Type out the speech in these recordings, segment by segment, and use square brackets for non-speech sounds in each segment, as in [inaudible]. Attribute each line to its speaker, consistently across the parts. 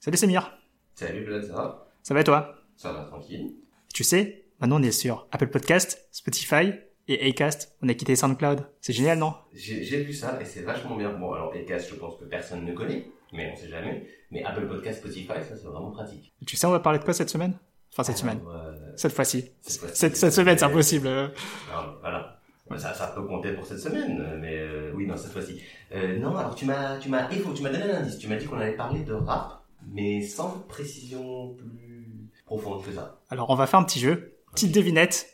Speaker 1: Salut Samir,
Speaker 2: Salut Vlad, ça va
Speaker 1: ça va toi
Speaker 2: Ça va tranquille
Speaker 1: Tu sais, maintenant on est sur Apple Podcast, Spotify et Acast. On a quitté SoundCloud. C'est génial, non
Speaker 2: J'ai j'ai vu ça et c'est vachement bien. Bon, alors Acast, je pense que personne ne connaît, mais on sait jamais. Mais Apple Podcast, Spotify, ça c'est vraiment pratique.
Speaker 1: Tu sais, on va parler de quoi cette semaine Enfin, cette semaine.
Speaker 2: Alors, euh,
Speaker 1: Cette fois-ci.
Speaker 2: Cette fois-ci.
Speaker 1: Cette, cette semaine, c'est impossible. euh.
Speaker 2: alors, voilà. Bah, Ça, ça peut compter pour cette semaine, mais euh, oui, non, cette fois-ci. Euh, non, alors tu m'as, tu m'as, Evo, tu m'as donné un indice. Tu m'as dit qu'on allait parler de rap, mais sans précision plus profonde que ça.
Speaker 1: Alors, on va faire un petit jeu. Petite devinette.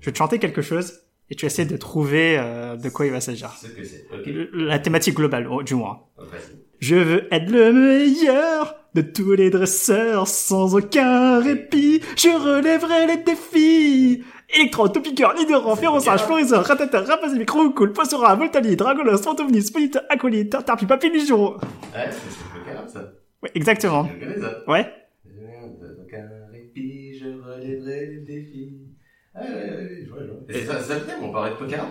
Speaker 1: Je vais te chanter quelque chose et tu essaies de trouver euh, de quoi il va s'agir.
Speaker 2: Ce que c'est. Ok.
Speaker 1: La thématique globale, oh, du moins.
Speaker 2: Donc, Vas-y.
Speaker 1: Je veux être le meilleur de tous les dresseurs sans aucun répit. Je relèverai les défis. Électron, topiqueur, leader, en ferroçage, florisseur, ratata, rapace, micro, cool, poissora, voltali, dragolos, fantomnis, polite, acolyte, tarpi, papiligeon.
Speaker 2: Ouais, c'est c'est le cas, ça.
Speaker 1: Ouais, exactement.
Speaker 2: Je le connais, ça.
Speaker 1: Ouais.
Speaker 2: Donc un répit, je relèverai le défi. Ah ouais, ouais, ouais, je vois, je vois. Et ça, ça vient, on parlait de poker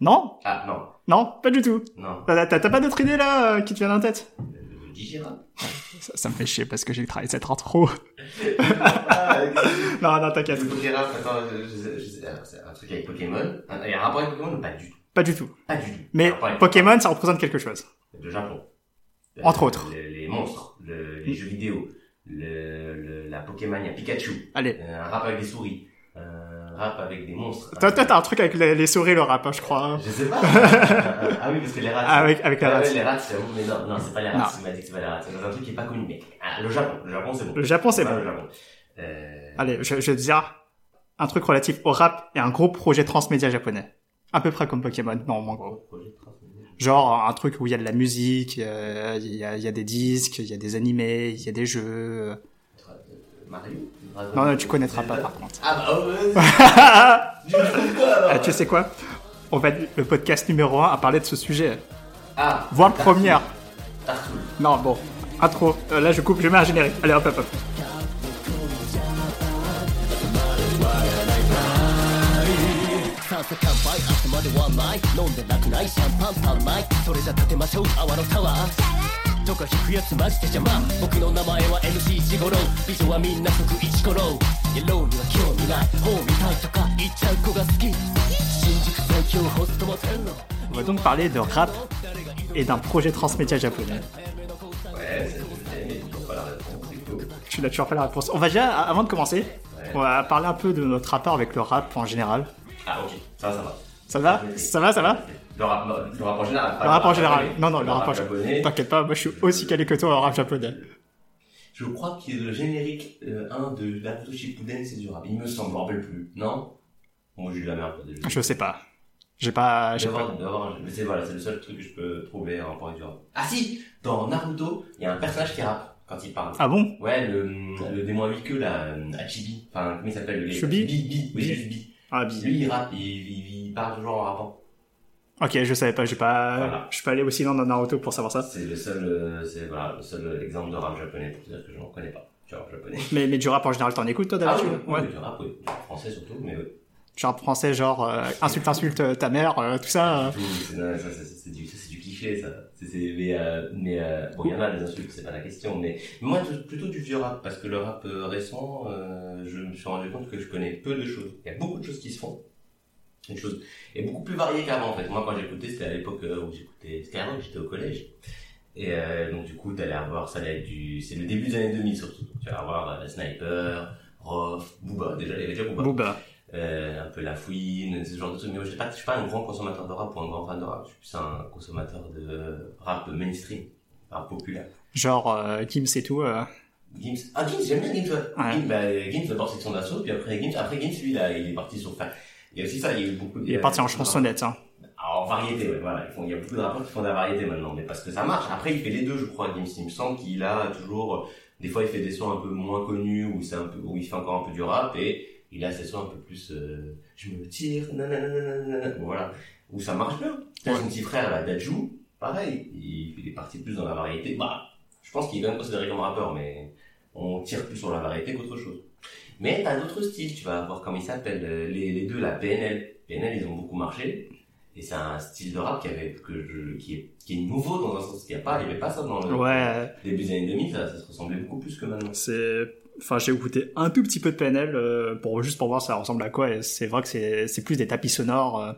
Speaker 1: Non?
Speaker 2: Ah non,
Speaker 1: Non, pas du tout.
Speaker 2: non.
Speaker 1: T'as t'as- t'as pas d'autre idée là euh, qui te vient en tête
Speaker 2: Le digirap.
Speaker 1: ça, ça me fait chier parce que j'ai travaillé cette intro.
Speaker 2: [laughs] Ah,
Speaker 1: [laughs]
Speaker 2: le
Speaker 1: non, non, t'inquiète.
Speaker 2: Pokérap, attends, je, je, je, sais- alors, c'est un truc avec Pokémon. Un, il y a un rapport avec Pokémon Pas du tout.
Speaker 1: Pas du tout.
Speaker 2: Pas du tout. Un
Speaker 1: Mais
Speaker 2: rapport avec
Speaker 1: Pokémon, ça représente quelque chose.
Speaker 2: Le Japon.
Speaker 1: Entre autres.
Speaker 2: Les, les monstres, le- les
Speaker 1: Mm.
Speaker 2: jeux vidéo, le, le, la Pokémania, Pikachu, euh,
Speaker 1: Allez.
Speaker 2: un rap avec des souris, un rap avec des monstres.
Speaker 1: Toi, toi, t'as un truc avec les, les souris et le rap, hein, je crois. hein.
Speaker 2: Je sais
Speaker 1: [laughs]
Speaker 2: pas. ah oui, parce que les rats.
Speaker 1: Ah, Avec, avec la
Speaker 2: Ah
Speaker 1: race.
Speaker 2: ouais, les rats, j'avoue, mais non, non, c'est pas les
Speaker 1: Non.
Speaker 2: rats, tu m'as dit que c'est pas les rats. C'est un truc qui est pas connu, mec. Ah, le Japon, le Japon, c'est bon.
Speaker 1: Le Japon, c'est
Speaker 2: Ah,
Speaker 1: bon.
Speaker 2: Le Japon. Euh...
Speaker 1: Allez, je, je vais te dire un truc relatif au rap et un gros projet transmédia japonais. À peu près comme Pokémon, non, moins.
Speaker 2: bon, projet de transmission.
Speaker 1: Genre un truc où il y a de la musique, euh, il y, a, il y a des disques, il y a des animés, il y a des jeux.
Speaker 2: Euh, Mario Dragon
Speaker 1: Non, non,
Speaker 2: Ball,
Speaker 1: tu connaîtras
Speaker 2: Zelda.
Speaker 1: pas par contre.
Speaker 2: Ah bah,
Speaker 1: [laughs]
Speaker 2: oh, vas-y. Je me trompe pas, alors.
Speaker 1: Ah, tu sais quoi On va être le podcast numéro 1 à parler de ce sujet.
Speaker 2: Ah,
Speaker 1: Voire
Speaker 2: Tartoul.
Speaker 1: première.
Speaker 2: Tartoul.
Speaker 1: Non, bon. Intro. Euh, là, je coupe, je mets un générique. Allez, hop, hop, hop. On va donc parler de rap et d'un projet transmédia japonais.
Speaker 2: Ouais, c'est c'est- mais toujours pas la réponse, c'est cool.
Speaker 1: Tu n'as toujours pas la réponse. On va déjà, a- avant de commencer, on va parler un peu de notre rapport avec le rap en général.
Speaker 2: Ah, ok, ça, ça va.
Speaker 1: Ça va Ça va, ça va
Speaker 2: Le rap, non, le rap en général. pas
Speaker 1: Le rap en
Speaker 2: japonais.
Speaker 1: général. Non, non, le rap en
Speaker 2: japonais.
Speaker 1: général. T'inquiète pas, moi je suis aussi calé que toi en rap japonais.
Speaker 2: Je crois que le générique euh, 1 de Naruto Shippuden, c'est du rap. Il me semble, je m'en rappelle plus. Non Moi, j'ai eu de la merde. déjà.
Speaker 1: Je sais pas. J'ai pas.
Speaker 2: Il
Speaker 1: J'ai
Speaker 2: doit y
Speaker 1: Ah, pas.
Speaker 2: avoir- il doit y avoir un- Mais c'est voilà, c'est le seul truc que je peux trouver en point du rap. Ah si Dans Naruto, il y a un personnage qui rappe quand il parle.
Speaker 1: Ah bon
Speaker 2: Ouais, le, le démon à huit queues, là, euh, Hachibi. Enfin, comment il s'appelle le gars
Speaker 1: Shubi
Speaker 2: Bi, Bi, oui,
Speaker 1: Bi.
Speaker 2: juste Bi.
Speaker 1: Ah, bi-
Speaker 2: Lui, il rappe, il, il, il parle toujours en rappant.
Speaker 1: Ok, je savais pas, j'ai pas.
Speaker 2: Voilà.
Speaker 1: Je suis pas allé aussi loin dans Naruto pour savoir ça.
Speaker 2: C'est le seul, euh, c'est voilà, le seul exemple de rap japonais pour te dire que je n'en connais pas. Tu rap japonais.
Speaker 1: Mais, mais du rap en général, t'en écoutes toi d'habitude
Speaker 2: Ah oui,
Speaker 1: Ouais.
Speaker 2: oui, du rap, oui. Du rap français surtout, mais oui.
Speaker 1: Du rap français, genre euh, insulte, insulte euh, ta mère, euh, tout ça. euh.
Speaker 2: Tout, c'est- non, ça, ça, c'est du, ça, c'est du cliché, ça. C'est- c'est- mais euh, mais euh, bon, il y en a des insultes, c'est pas la question. Mais moi, je- plutôt du vieux rap, parce que le rap euh, récent, euh, je me suis rendu compte que je connais peu de choses. Il y a beaucoup de choses qui se font. Une chose est beaucoup plus variée qu'avant, en fait. Moi, quand j'écoutais, c'était à l'époque euh, où j'écoutais Skyrock, j'étais au collège. Et euh, donc, du coup, t'allais avoir, ça allait être du. C'est le début des années 2000 surtout. Tu vas avoir euh, Sniper, Rof, Booba, déjà, il y avait déjà Booba
Speaker 1: Booba.
Speaker 2: euh, un peu la fouine, ce genre de trucs. Mais moi, je suis pas, je suis pas un grand consommateur de rap ou un grand fan de rap. Je suis plus un consommateur de rap mainstream, rap populaire.
Speaker 1: Genre euh, Kim, c'est tout. euh.
Speaker 2: Gims, ah Gims, j'aime bien Gims. Ouais.
Speaker 1: Ouais.
Speaker 2: Gims, bah, Gims d'abord section d'assaut, puis après Gims, après Gims, lui là, il est parti sur. Enfin, il y a aussi ça, il y a eu beaucoup. de-
Speaker 1: Il est parti en chansonnette, hein.
Speaker 2: En variété, ouais, voilà. Ils font- il y a beaucoup de rappeurs qui font de la variété maintenant, mais parce que ça marche. Après, il fait les deux, je crois, Gims. Il me semble qu'il a toujours, des fois, il fait des sons un peu moins connus, où c'est un peu, où il fait encore un peu du rap, et il a ses sons un peu plus, euh, je me tire, nanana, bon, voilà. Où ça marche bien. Tiens, Son petit frère, là, Dajou, pareil. Il, il est parti plus dans la variété. Bah, je pense qu'il est quand même considéré comme rappeur, mais on tire plus sur la variété qu'autre chose. Mais t'as d'autres styles, tu vas voir comment ils s'appellent. euh, Les, les deux, la PNL. PNL, ils ont beaucoup marché. Et c'est un style de rap qui avait, que je- qui est, qui est nouveau dans un sens, qu'il n'y a pas, il n'y avait pas ça dans le
Speaker 1: Ouais,
Speaker 2: début des années 2000, ça, ça se ressemblait beaucoup plus que maintenant.
Speaker 1: c'est. Enfin, j'ai écouté un tout petit peu de PNL euh, pour juste pour voir ça ressemble à quoi. Et c'est vrai que c'est c'est plus des tapis sonores euh,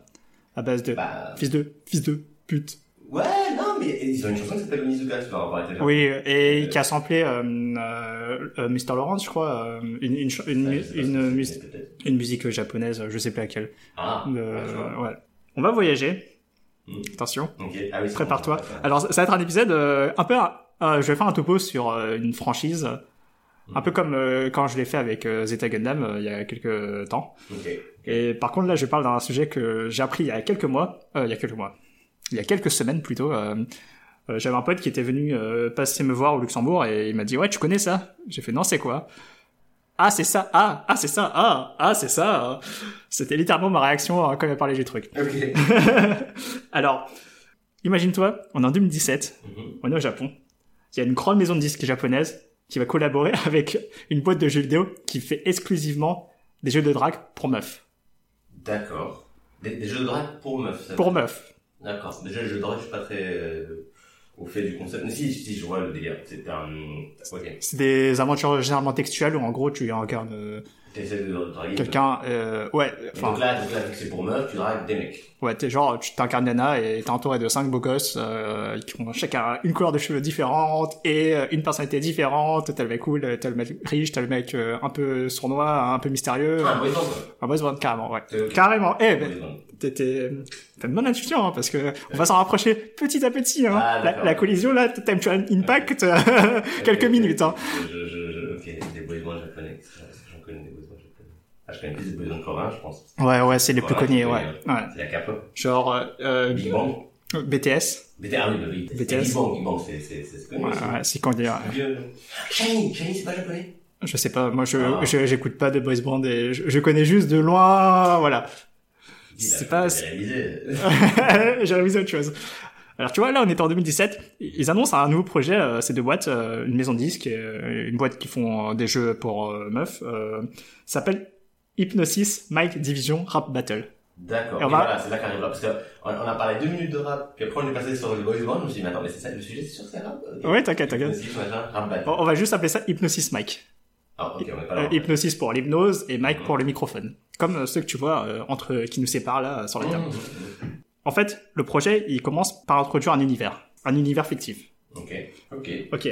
Speaker 1: à base de
Speaker 2: Bah,
Speaker 1: fils de fils de pute.
Speaker 2: ouais, non, mais ils ont une chanson qui s'appelle Mizuga, tu vas avoir été là.
Speaker 1: Oui, et
Speaker 2: Euh,
Speaker 1: qui a samplé euh, euh, euh, Mr. Lawrence, je crois, euh, une, une, ch-
Speaker 2: Ça,
Speaker 1: une,
Speaker 2: je sais pas
Speaker 1: une,
Speaker 2: si
Speaker 1: une
Speaker 2: tu
Speaker 1: mus-
Speaker 2: connais peut-être.
Speaker 1: une musique japonaise, je sais plus laquelle.
Speaker 2: Ah,
Speaker 1: Euh,
Speaker 2: ah, je vois.
Speaker 1: ouais. On va voyager.
Speaker 2: Mm.
Speaker 1: Attention,
Speaker 2: Ok. Ah oui, c'est
Speaker 1: prépare-toi.
Speaker 2: bon, ça, ça.
Speaker 1: Alors, ça ça va être un épisode euh, un peu... euh, je vais faire un topo sur euh, une franchise, un
Speaker 2: Mm.
Speaker 1: peu comme euh, quand je l'ai fait avec euh, Zeta Gundam euh, il y a quelques temps.
Speaker 2: Ok.
Speaker 1: Et par contre, là, je parle d'un sujet que j'ai appris il y a quelques mois, euh, il y a quelques mois, il y a quelques semaines plutôt. euh, euh, J'avais un pote qui était venu euh, passer me voir au Luxembourg et il m'a dit ouais, tu connais ça J'ai fait non, c'est quoi Ah, c'est ça. Ah, ah, c'est ça. Ah, ah, c'est ça. C'était littéralement ma réaction euh, quand il a parlé du truc. [laughs]
Speaker 2: Ok.
Speaker 1: Alors, imagine-toi, on est en 2017,
Speaker 2: [laughs] Mhm.
Speaker 1: on est au Japon. Il y a une grande maison de disques japonaise qui va collaborer [laughs] avec une boîte de jeux vidéo qui fait exclusivement des jeux de drague pour meufs.
Speaker 2: D'accord. Des, des jeux de drague pour meufs. ça
Speaker 1: Pour
Speaker 2: veut dire.
Speaker 1: meufs.
Speaker 2: D'accord. Déjà, les jeux de drague, je suis pas très euh, au fait du concept. Mais si, si, je vois le délire. C'est un. Ok.
Speaker 1: C'est des aventures généralement textuelles où en gros tu incarnes euh,
Speaker 2: T'essaies de draguer.
Speaker 1: quelqu'un, euh, ouais, enfin,
Speaker 2: donc là, donc là, vu que c'est pour meufs, tu dragues des mecs.
Speaker 1: ouais, t'es genre, tu t'incarnes Nana et t'es entouré de cinq beaux gosses euh, qui ont chacun une couleur de cheveux différente et euh, une personnalité différente. T'as le mec cool, t'as le mec riche, t'as le mec euh, un peu sournois, un peu mystérieux,
Speaker 2: Ah, un boyfriend, quoi.
Speaker 1: un boss band, carrément, ouais.
Speaker 2: C'est ok.
Speaker 1: Carrément, eh, ben,
Speaker 2: Boys band.
Speaker 1: t'es- t'es- t'as une bonne intuition, hein, parce que on va s'en rapprocher petit à petit, hein.
Speaker 2: Ah,
Speaker 1: la,
Speaker 2: d'accord.
Speaker 1: la collision, là, t'as un impact, quelques
Speaker 2: Ok, ok.
Speaker 1: minutes, hein.
Speaker 2: Je, je, je, ok, des boys bands japonais. Parce que j'en connais des boys bands japonais. Ah, je connais plus des boys bands coréens, je pense.
Speaker 1: [laughs] Ouais, ouais, c'est les plus
Speaker 2: Voilà,
Speaker 1: connus,
Speaker 2: c'est-
Speaker 1: ouais. ouais.
Speaker 2: C'est la K-pop.
Speaker 1: Genre, euh, euh,
Speaker 2: Big Bang.
Speaker 1: BTS.
Speaker 2: BTS, ah oui, bah oui.
Speaker 1: BTS.
Speaker 2: Big Bang, Big Bang, c'est, c'est, c'est, c'est connu.
Speaker 1: Ouais,
Speaker 2: aussi.
Speaker 1: ouais, c'est quand dire.
Speaker 2: Vieux, non. Shiny, Shiny, c'est pas japonais.
Speaker 1: Je sais pas, moi je
Speaker 2: Ah.
Speaker 1: je- j'écoute pas de boys band et je, je connais juste de loin, voilà. [laughs] C'est pas-
Speaker 2: C'est
Speaker 1: [laughs]
Speaker 2: réalisé.
Speaker 1: J'ai révisé autre chose. Alors tu vois, là on est en 2017, ils annoncent un nouveau projet, euh, ces deux boîtes, euh, une maison de disques, et, euh, une boîte qui font euh, des jeux pour euh, meufs, euh, ça s'appelle Hypnosis Mike Division Rap Battle.
Speaker 2: D'accord.
Speaker 1: Et
Speaker 2: Et
Speaker 1: on va-
Speaker 2: voilà, c'est là qu'arrive là. Parce qu'on on a parlé deux minutes de rap, puis après on est passé sur le boys band, je me suis dit, mais attends, mais c'est ça le sujet, c'est sûr que euh, c'est rap? Ok.
Speaker 1: Ouais, t'inquiète, t'inquiète.
Speaker 2: Hypnosis, machin, rap
Speaker 1: On,
Speaker 2: battle.
Speaker 1: on va juste appeler ça Hypnosis Mike.
Speaker 2: Ah, ok, on est pas
Speaker 1: Euh,
Speaker 2: là.
Speaker 1: hypnosis pour l'hypnose et Mike
Speaker 2: Mhm.
Speaker 1: pour le microphone. Comme euh, ceux que tu vois euh, entre qui nous séparent là sur la table.
Speaker 2: Mmh.
Speaker 1: En fait, le projet, il commence par introduire un univers, un univers fictif.
Speaker 2: Ok, ok.
Speaker 1: Ok.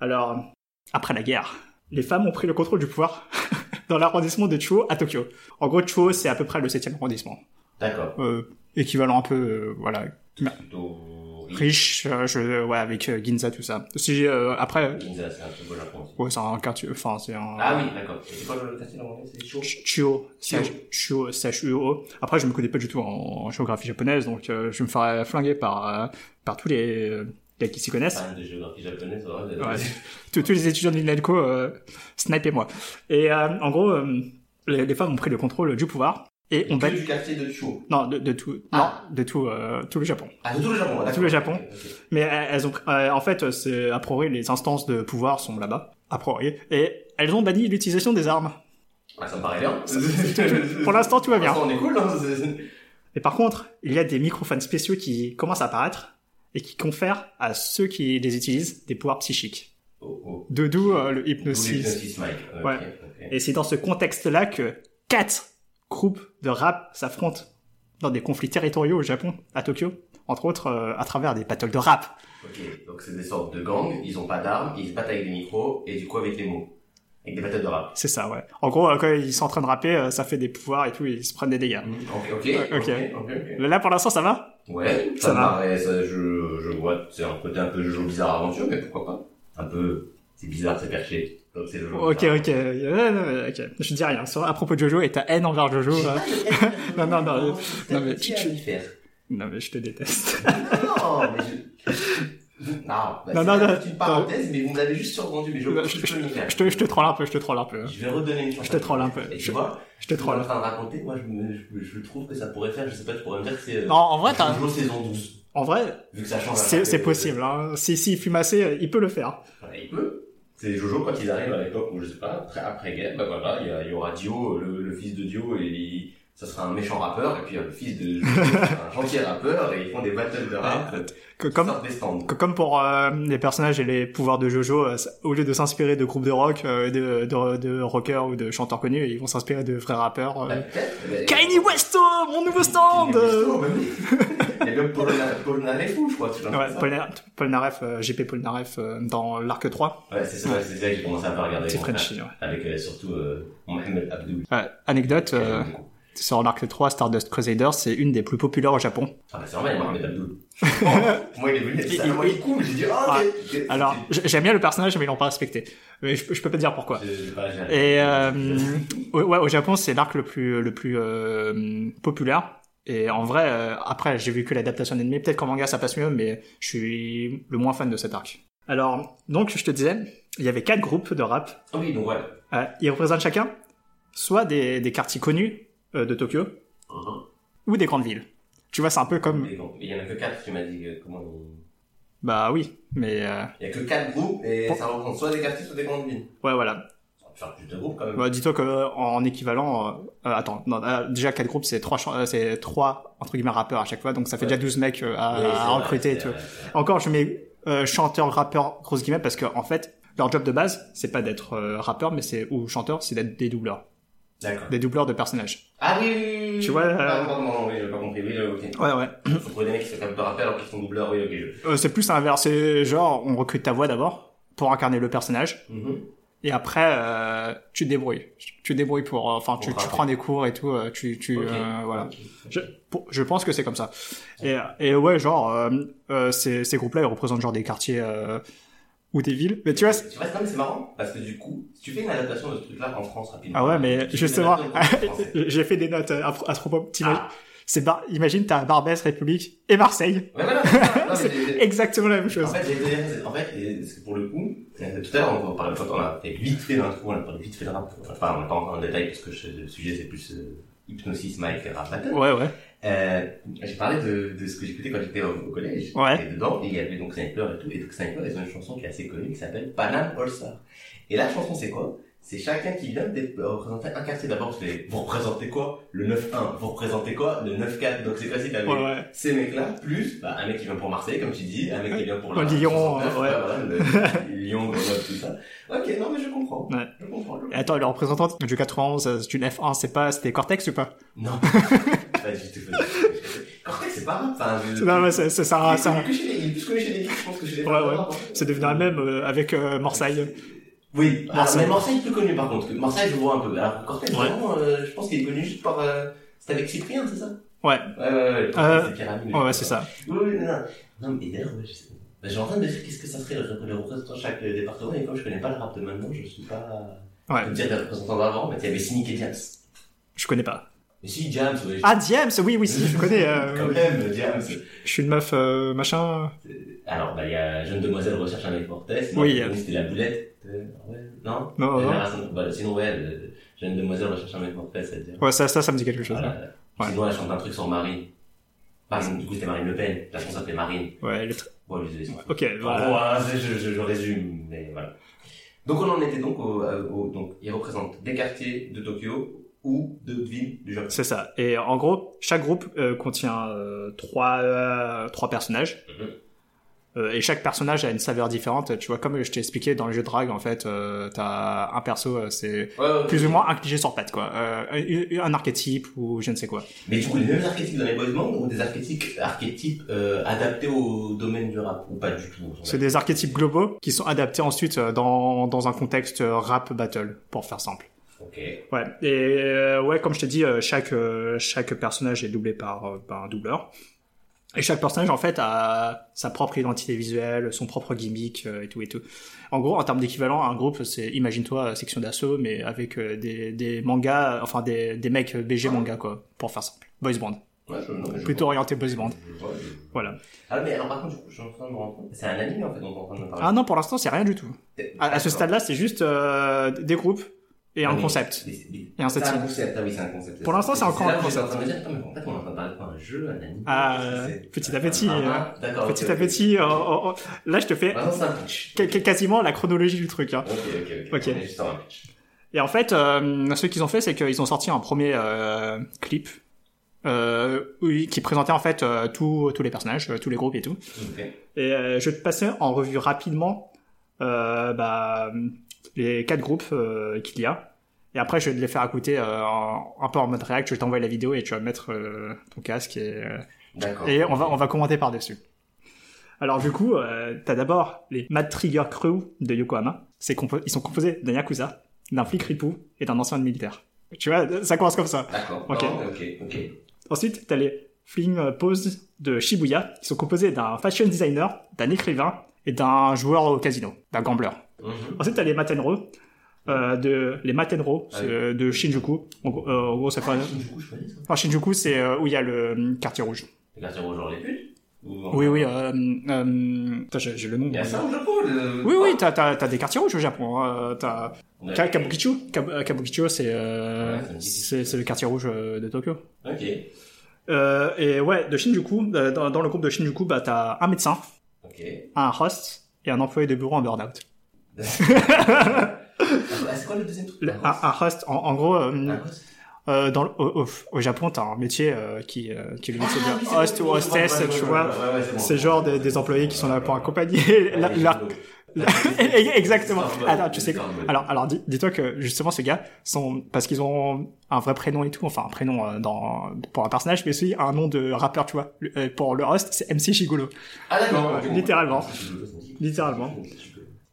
Speaker 1: Alors, après la guerre, les femmes ont pris le contrôle du pouvoir [laughs] dans l'arrondissement de Chuo à Tokyo. En gros, Chuo, c'est à peu près le 7e arrondissement.
Speaker 2: D'accord.
Speaker 1: Euh, équivalent un peu, euh, voilà,
Speaker 2: Plutôt
Speaker 1: riche,
Speaker 2: riche.
Speaker 1: euh, je, ouais, avec euh, Ginza, tout ça. Si, euh, après,
Speaker 2: Ginza, c'est un truc au Japon aussi.
Speaker 1: ouais, c'est un quartier, enfin, c'est un...
Speaker 2: Ah oui, d'accord. Et C'est quoi le passé en anglais? C'est chaud.
Speaker 1: Ch- Chuo, C-H- Chuo, C-H-U-O. Après, je me connais pas du tout en, en géographie japonaise, donc euh, je me ferais flinguer par, euh, par tous les euh, gars qui s'y connaissent.
Speaker 2: Fan de géographie japonaise, ça va,
Speaker 1: Ouais. tous, tous les étudiants de l'INALCO, euh, snipez-moi. Et euh, en gros, euh, les, les femmes ont pris le contrôle du pouvoir et ont
Speaker 2: On
Speaker 1: battu.
Speaker 2: du quartier de Chuo.
Speaker 1: Non, de, de tout,
Speaker 2: Ah.
Speaker 1: non, de tout, euh, tout le Japon.
Speaker 2: Ah, de tout le Japon, d'accord.
Speaker 1: Tout le Japon.
Speaker 2: Ok, ok.
Speaker 1: Mais euh, elles ont, pr- euh, en fait, c'est a priori les instances de pouvoir sont là-bas, a priori, et elles ont banni l'utilisation des armes.
Speaker 2: Ah, ça me paraît bien.
Speaker 1: [laughs] Pour l'instant, tout va bien.
Speaker 2: Pour l'instant, on est cool, hein. c'est- c'est-
Speaker 1: Mais par contre, il y a des microphones spéciaux qui commencent à apparaître et qui confèrent à ceux qui les utilisent des pouvoirs psychiques.
Speaker 2: Oh, oh.
Speaker 1: De d'où euh, le
Speaker 2: Double
Speaker 1: hypnosis.
Speaker 2: hypnosis, Mike. Ok,
Speaker 1: Ouais.
Speaker 2: ok.
Speaker 1: Et c'est dans ce contexte-là que quatre groupes de rap s'affrontent dans des conflits territoriaux au Japon, à Tokyo, entre autres euh, à travers des battles de rap.
Speaker 2: Ok, donc c'est des sortes de gangs, ils ont pas d'armes, ils se battent avec des micros et du coup avec les mots. Avec des batailles de rap.
Speaker 1: C'est ça, ouais. En gros, euh, quand ils sont en train de rapper, euh, ça fait des pouvoirs et tout, ils se prennent des dégâts.
Speaker 2: Ok, ok,
Speaker 1: Ouais, ok.
Speaker 2: ok, ok, ok.
Speaker 1: Là, pour l'instant, ça va
Speaker 2: Ouais,
Speaker 1: Ça
Speaker 2: ça, me
Speaker 1: va.
Speaker 2: paraît, ça, je, je vois, c'est un côté un peu jeu bizarre aventure, mais pourquoi pas. Un peu, c'est bizarre, c'est perché. Donc c'est le jeu.
Speaker 1: Ok, ok. euh, euh, ok. Je dis rien. Sur- à propos de Jojo et ta haine envers
Speaker 2: [laughs]
Speaker 1: [laughs] Jojo, euh, Non, non, non, non, mais tu- tu-
Speaker 2: faire.
Speaker 1: non mais je te déteste. [laughs]
Speaker 2: Non, mais je... Non, bah,
Speaker 1: Non,
Speaker 2: c'est
Speaker 1: non,
Speaker 2: pas
Speaker 1: non,
Speaker 2: une parenthèse, mais vous me l'avez juste survendu, mais je,
Speaker 1: Bah,
Speaker 2: je, peux m'y faire.
Speaker 1: je, te, je te troll un peu, je te troll un peu.
Speaker 2: Je vais redonner une chance.
Speaker 1: Je te troll un peu.
Speaker 2: Et
Speaker 1: Je-
Speaker 2: tu vois,
Speaker 1: Je te
Speaker 2: je suis en
Speaker 1: troll.
Speaker 2: train de raconter, moi je, me, je, je trouve que ça pourrait faire, je sais pas, tu pourrais me dire que c'est... euh,
Speaker 1: Non, en vrai, t'as-
Speaker 2: Jojo saison 12,
Speaker 1: en vrai,
Speaker 2: vu que ça change... à la
Speaker 1: c'est
Speaker 2: fin,
Speaker 1: c'est
Speaker 2: euh,
Speaker 1: possible. Hein. Si, si il fume assez, euh, il peut le faire.
Speaker 2: Ouais, il peut. C'est Jojo quand ils arrivent à l'époque où je sais pas, après, après guerre, bah voilà, il y, a- il y aura Dio, le, le fils de Dio, et il, ça sera un méchant rappeur, et puis euh, le fils de
Speaker 1: [laughs]
Speaker 2: un gentil rappeur, et ils font des battles de rap, euh,
Speaker 1: Que-
Speaker 2: ils
Speaker 1: Comme,
Speaker 2: sortent des stands.
Speaker 1: que- comme pour euh, les personnages et les pouvoirs de Jojo, euh, ça- au lieu de s'inspirer de groupes de rock, euh, de, de, de rockers ou de chanteurs connus, ils vont s'inspirer de vrais rappeurs. euh.
Speaker 2: Bah, peut-être, mais- oh,
Speaker 1: Kanye Westo, mon nouveau stand euh.
Speaker 2: bah
Speaker 1: [laughs]
Speaker 2: Il y a le Polna- Polnareff, je crois. tu vois,
Speaker 1: Ouais,
Speaker 2: c'est ça
Speaker 1: Polna- Polnareff, euh, GP Polnareff euh, dans l'arc 3,
Speaker 2: Ouais, c'est ça, c'est ça que j'ai commencé à pas regarder.
Speaker 1: c'est
Speaker 2: mon frère.
Speaker 1: Frenchy. ouais.
Speaker 2: Avec euh, surtout euh, Mohamed Abdul.
Speaker 1: Ouais, anecdote, euh, sur l'arc 3, Stardust Crusader, c'est une des plus populaires au Japon.
Speaker 2: Ah bah c'est normal,
Speaker 1: [laughs]
Speaker 2: Mohamed Abdul. Oh, moi il est venu,
Speaker 1: Il-
Speaker 2: ça, moi il est cool, j'ai dit ah,
Speaker 1: Ah,
Speaker 2: ok.
Speaker 1: Alors, j- j'aime bien le personnage, mais ils l'ont pas respecté. Mais je, peux- je peux pas dire pourquoi.
Speaker 2: Je- je sais pas, j'ai-
Speaker 1: Et euh, ouais, ouais, au Japon, c'est l'arc le plus le plus euh, populaire. Et en vrai, euh, après, j'ai vu que l'adaptation d'anime. Peut-être qu'en manga, ça passe mieux, mais je suis le moins fan de cet arc. Alors, donc, je te disais, il y avait quatre groupes de rap.
Speaker 2: Ah oui, donc voilà.
Speaker 1: Euh, ils représentent chacun soit des, des quartiers connus euh, de Tokyo
Speaker 2: Mhm.
Speaker 1: ou des grandes villes. Tu vois, c'est un peu comme...
Speaker 2: Mais bon, Il y en a que 4, tu m'as dit euh, comment.
Speaker 1: Bah oui, mais... euh,
Speaker 2: Il y a que 4 groupes et
Speaker 1: Pour-
Speaker 2: ça représente soit des quartiers, soit des grandes villes.
Speaker 1: ouais, voilà.
Speaker 2: Ça va faire plus de groupes quand même.
Speaker 1: Bah, Dis-toi qu'en équivalent... euh, euh, attends, non, euh, déjà, quatre groupes, c'est trois, chan- euh, c'est trois, entre guillemets, rappeurs à chaque fois, donc ça fait
Speaker 2: Ouais.
Speaker 1: déjà 12 mecs euh, à,
Speaker 2: Oui, c'est
Speaker 1: à
Speaker 2: vrai,
Speaker 1: recruter et
Speaker 2: c'est
Speaker 1: tout.
Speaker 2: vrai, c'est vrai.
Speaker 1: Encore, je mets euh, chanteur, rappeur, grosse guillemets, parce que en fait, leur job de base, c'est pas d'être euh, rappeur, mais c'est ou chanteur, c'est d'être des doubleurs,
Speaker 2: D'accord.
Speaker 1: des doubleurs de personnages.
Speaker 2: Ah oui, oui, oui, oui.
Speaker 1: Tu vois, euh,
Speaker 2: Ah, pardon, pardon, oui, j'ai pas compris. Oui,
Speaker 1: [clears throat]
Speaker 2: ok.
Speaker 1: Ouais, ouais.
Speaker 2: Faut trouver des mecs qui sont capables de rapper alors qu'ils sont doubleurs, oui, ok. je-
Speaker 1: Euh, c'est plus l'inverse. C'est genre, on recrute ta voix d'abord pour incarner le personnage,
Speaker 2: Mhm.
Speaker 1: et après, euh, tu te débrouilles. Tu te débrouilles pour, euh, enfin, tu,
Speaker 2: Pour
Speaker 1: tu
Speaker 2: rapper.
Speaker 1: prends des cours et tout. euh, Tu, tu,
Speaker 2: Ok.
Speaker 1: euh, voilà.
Speaker 2: Ok.
Speaker 1: Je, pour- je pense que c'est comme ça. Et, et ouais, genre, euh, euh, ces, ces groupes-là, ils représentent genre des quartiers euh, ou des villes. Mais tu vois,
Speaker 2: Tu vois, quand même, c'est marrant, parce que du coup, si tu fais une adaptation de ce truc-là en France rapidement.
Speaker 1: Ah ouais, mais
Speaker 2: tu fais une
Speaker 1: justement,
Speaker 2: adaptation de
Speaker 1: [laughs]
Speaker 2: français.
Speaker 1: j'ai fait des notes euh, à, pro- à ce propos. T'imagines-
Speaker 2: Ah,
Speaker 1: C'est bar... Imagine, t'as Barbès, République et Marseille.
Speaker 2: ouais, voilà, c'est ça. Non,
Speaker 1: [laughs]
Speaker 2: mais j'ai-
Speaker 1: Exactement la même chose.
Speaker 2: En fait, j'ai en fait, et- parce que pour le coup, euh, tout à l'heure, on parlait, quand on a fait vite fait l'intro, on a parlé vite fait de rap. Enfin, on n'a pas encore en détail parce que je- le sujet c'est plus euh, hypnosis, Mike, rap battle.
Speaker 1: Ouais, ouais.
Speaker 2: Euh, j'ai parlé de, de ce que j'écoutais quand j'étais au, au collège.
Speaker 1: Ouais.
Speaker 2: Et dedans, il y avait donc Sniper et tout. Et donc Sniper, ils ont une chanson qui est assez connue qui s'appelle Panam All Star. Et la chanson, c'est quoi C'est chacun qui vient de euh, représenter un quartier d'abord. parce que Vous représentez quoi Le 9-1. Vous représentez quoi Le 9-4. Donc c'est classique avec
Speaker 1: Ouais, ouais.
Speaker 2: ces mecs-là, plus bah, un mec qui vient pour Marseille, comme tu dis, un mec qui vient pour la-
Speaker 1: Lyon,
Speaker 2: 69,
Speaker 1: euh, ouais.
Speaker 2: voilà,
Speaker 1: [laughs]
Speaker 2: le- le Lyon, Grenoble, tout ça. Ok, non mais je comprends.
Speaker 1: Ouais.
Speaker 2: Je comprends. je
Speaker 1: Et
Speaker 2: comprends.
Speaker 1: attends, le représentant du 91, euh, c'est une F1, c'est pas, c'était Cortex ou pas [laughs]
Speaker 2: Non. pas du tout. Cortex, c'est pas grave. Enfin, je...
Speaker 1: Non, ouais, c'est c'est ça,
Speaker 2: il, est
Speaker 1: ça.
Speaker 2: plus que chez les- il est plus connu chez les geeks, je pense que chez les
Speaker 1: Ouais,
Speaker 2: fans
Speaker 1: ouais.
Speaker 2: de rap, hein.
Speaker 1: C'est devenu un même avec euh, Marseille.
Speaker 2: Oui, alors,
Speaker 1: Marseille.
Speaker 2: mais Marseille est plus connu par contre. que Marseille, je vois un peu. Alors Cortex,
Speaker 1: Ouais.
Speaker 2: vraiment, euh, je pense qu'il est connu juste par. Euh... C'est avec Cyprien, c'est ça
Speaker 1: Ouais.
Speaker 2: Ouais, ouais, ouais.
Speaker 1: Euh,
Speaker 2: c'est Pyramide,
Speaker 1: Ouais, ouais, c'est ça.
Speaker 2: Oui, oui, non, non. Non, mais d'ailleurs, ouais, je sais. Bah, j'ai en train de me dire qu'est-ce que ça serait le, le représentant de chaque euh, département, et comme je connais pas le rap de maintenant, je suis pas.
Speaker 1: Ouais.
Speaker 2: Je peux te dire des représentants d'avant, mais il y avait Cynic et James.
Speaker 1: Je connais pas.
Speaker 2: Mais si, James, ouais.
Speaker 1: Ah, Diams, oui, oui, si, je connais. euh,
Speaker 2: [laughs] Quand même, James.
Speaker 1: je suis une meuf, euh, machin.
Speaker 2: Alors, bah, il y a Jeune Demoiselle Recherche un mec Fortes.
Speaker 1: Oui, Oh,
Speaker 2: Non, C'était la boulette. Euh, ouais, non
Speaker 1: Non, non, non.
Speaker 2: Génération- bah, Sinon, ouais, euh, Jeune Demoiselle Recherche un mec Fortes, c'est-à-dire.
Speaker 1: Ouais, ça, ça, ça me dit quelque chose. hein.
Speaker 2: Voilà.
Speaker 1: Ouais.
Speaker 2: Sinon, elle chante un truc sur Marine. Par exemple, du coup, c'était Marine Le Pen. La chanson s'appelait Marine.
Speaker 1: Ouais, elle est très-
Speaker 2: Bon, les- les-
Speaker 1: Ok,
Speaker 2: En
Speaker 1: voilà.
Speaker 2: gros, hein, c'est- je, je- je résume, mais voilà. Donc on en était donc au, euh, au- donc ils représentent des quartiers de Tokyo ou de villes du Japon.
Speaker 1: C'est ça. Et en gros, chaque groupe euh, contient euh, trois, euh, trois personnages. Euh, et chaque personnage a une saveur différente. Tu vois, comme je t'ai expliqué dans le jeu de drague, en fait, euh, t'as un perso, euh, c'est
Speaker 2: Ouais, ouais, ouais.
Speaker 1: plus ou moins un cliché sur patte, quoi. Euh, un, un archétype ou je ne sais quoi.
Speaker 2: Mais du coup, les mêmes archétypes dans les boys bands ou des archétypes, archétypes euh, adaptés au domaine du rap ou pas du tout. en fait
Speaker 1: C'est des archétypes globaux qui sont adaptés ensuite euh, dans, dans un contexte euh, rap battle, pour faire simple.
Speaker 2: Ok.
Speaker 1: Ouais. Et euh, ouais, comme je t'ai dit, euh, chaque euh, chaque personnage est doublé par, euh, par un doubleur. Et chaque personnage, en fait, a sa propre identité visuelle, son propre gimmick euh, et tout et tout. En gros, en termes d'équivalent, un groupe, c'est imagine-toi euh, section d'assaut, mais avec euh, des, des mangas, euh, enfin des, des mecs euh, BG manga quoi, pour faire simple. Boys band,
Speaker 2: Ouais, je, non, mais je
Speaker 1: plutôt
Speaker 2: vois.
Speaker 1: orienté boys band.
Speaker 2: Je vois, je-
Speaker 1: Voilà.
Speaker 2: Ah mais alors par contre, je, je suis en train de me rendre compte. C'est un anime en fait dont on est en train de parler.
Speaker 1: Ah non, pour l'instant, c'est rien du tout. À, à Ah, ce stade-là, c'est juste euh, des groupes et un
Speaker 2: Oui.
Speaker 1: concept.
Speaker 2: Mais- mais-
Speaker 1: Et un
Speaker 2: C'est
Speaker 1: setting.
Speaker 2: un concept, ah oui, c'est un concept.
Speaker 1: Pour l'instant, c'est encore
Speaker 2: là
Speaker 1: un
Speaker 2: où j'étais en
Speaker 1: concept.
Speaker 2: train de me dire, attends, mais en fait, on est en train de parler de quoi, un jeu, un anime.
Speaker 1: Ah,
Speaker 2: qu'est-ce que
Speaker 1: euh,
Speaker 2: c'est
Speaker 1: petit à petit,
Speaker 2: Ah, ah, d'accord.
Speaker 1: Petit
Speaker 2: ok,
Speaker 1: à
Speaker 2: ok.
Speaker 1: petit, euh, oh, oh, là, je te fais
Speaker 2: Maintenant, c'est un pitch.
Speaker 1: Qu- qu- quasiment la chronologie du truc. Hein.
Speaker 2: Ok, ok, ok.
Speaker 1: Ok.
Speaker 2: On est juste en un pitch.
Speaker 1: Et en fait, euh, ce qu'ils ont fait, c'est qu'ils ont sorti un premier euh, clip euh, oui, qui présentait en fait euh, tous tous les personnages, euh, tous les groupes et tout.
Speaker 2: Ok.
Speaker 1: Et euh, je vais te passer en revue rapidement euh, bah, les quatre groupes euh, qu'il y a. Et après, je vais te les faire écouter euh, en- un peu en mode react. Je t'envoie la vidéo et tu vas mettre euh, ton casque et, euh,
Speaker 2: D'accord.
Speaker 1: et on va on va commenter par dessus. Alors du coup, euh, t'as d'abord les Mad Trigger Crew de Yokohama. C'est compo- ils sont composés d'un yakuza, d'un flic ripou et d'un ancien militaire. Tu vois, ça commence comme ça.
Speaker 2: D'accord.
Speaker 1: Ok.
Speaker 2: Non, ok. Ok.
Speaker 1: Ensuite, t'as les Fling Pose de Shibuya, qui sont composés d'un fashion designer, d'un écrivain et d'un joueur au casino, d'un gambler.
Speaker 2: Mhm.
Speaker 1: Ensuite, t'as les Matenro, euh, de, les Matenro c'est, euh, de Shinjuku. En gros, euh, en gros, ça fait...
Speaker 2: Ah, du coup, je connais ça.
Speaker 1: Alors, Shinjuku, c'est euh, où il y a le hum, quartier rouge.
Speaker 2: Les quartiers rouges, genre les putes Ou-
Speaker 1: Oui, oui, euh, euh, putain, j'ai j'ai le nom.
Speaker 2: Il y a ça au Japon le-
Speaker 1: Oui, oui, t'as t'as- t'as des quartiers rouges au Japon. hein, euh, T'as
Speaker 2: Ouais.
Speaker 1: t'as Kabukicho. Kab- euh, Kabukicho, c'est euh,
Speaker 2: Ouais, ça me dit.
Speaker 1: c'est- c'est le quartier rouge euh, de Tokyo.
Speaker 2: Ok.
Speaker 1: Euh, et ouais, de Shinjuku, euh, dans, dans le groupe de Shinjuku, bah, t'as un médecin,
Speaker 2: Ok.
Speaker 1: un host et un employé de bureau en burn-out.
Speaker 2: Ah, c'est quoi le deuxième truc
Speaker 1: Le-
Speaker 2: D'accord.
Speaker 1: un, un host, en, en gros, euh,
Speaker 2: Ah, c'est-
Speaker 1: euh, dans, le- au, au- au Japon, t'as un métier euh, qui, euh, qui est le métier
Speaker 2: Ah, oui,
Speaker 1: de
Speaker 2: c'est
Speaker 1: host
Speaker 2: bon,
Speaker 1: ou
Speaker 2: oui,
Speaker 1: hostess,
Speaker 2: ouais, ouais,
Speaker 1: tu
Speaker 2: ouais,
Speaker 1: vois.
Speaker 2: ouais, ouais, ouais, c'est bon.
Speaker 1: C'est genre des, des employés qui sont là pour accompagner
Speaker 2: Ouais,
Speaker 1: la-
Speaker 2: les
Speaker 1: leur-
Speaker 2: genoux.
Speaker 1: [laughs] Exactement.
Speaker 2: Stormbird,
Speaker 1: Alors, tu sais quoi
Speaker 2: Stormbird.
Speaker 1: Alors, alors dis- dis-toi que justement, ces gars sont parce qu'ils ont un vrai prénom et tout, enfin un prénom euh, dans, pour un personnage, mais aussi un nom de rappeur, tu vois. Le- euh, pour le host, c'est MC Gigolo.
Speaker 2: Ah, d'accord.
Speaker 1: Ouais,
Speaker 2: ok.
Speaker 1: euh, littéralement. Littéralement.
Speaker 2: Littéralement.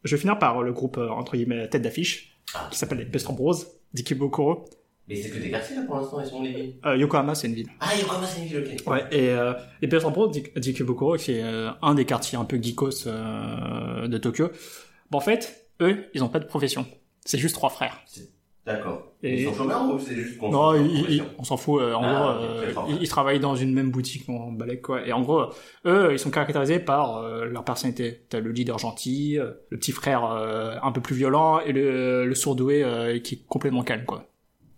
Speaker 1: Je vais finir par le groupe euh, entre guillemets tête d'affiche
Speaker 2: Ah.
Speaker 1: qui s'appelle les Best Rose, Dikebokoro.
Speaker 2: Mais c'est que des quartiers là pour l'instant, ils sont les villes.
Speaker 1: Euh, Yokohama, c'est une ville.
Speaker 2: Ah, Yokohama, c'est une ville, ok.
Speaker 1: Ouais, et euh, les Best Rose, Dik- Dikebokoro, c'est euh, un des quartiers un peu geekos euh, de Tokyo. Bon, en fait, eux, ils ont pas de profession. C'est juste trois frères.
Speaker 2: D'accord.
Speaker 1: Et-
Speaker 2: Ils sont chômeurs ou c'est juste qu'on.
Speaker 1: Non,
Speaker 2: qu'on-
Speaker 1: il- il-
Speaker 2: qu'on-
Speaker 1: on s'en fout. euh, en
Speaker 2: Ah,
Speaker 1: gros,
Speaker 2: ok,
Speaker 1: euh,
Speaker 2: très fort.
Speaker 1: ils, ils travaillent dans une même boutique en balèque, quoi. Et en gros, eux, ils sont caractérisés par euh, leur personnalité. T'as le leader gentil, euh, le petit frère euh, un peu plus violent et le, le sourdoué euh, qui est complètement calme, quoi.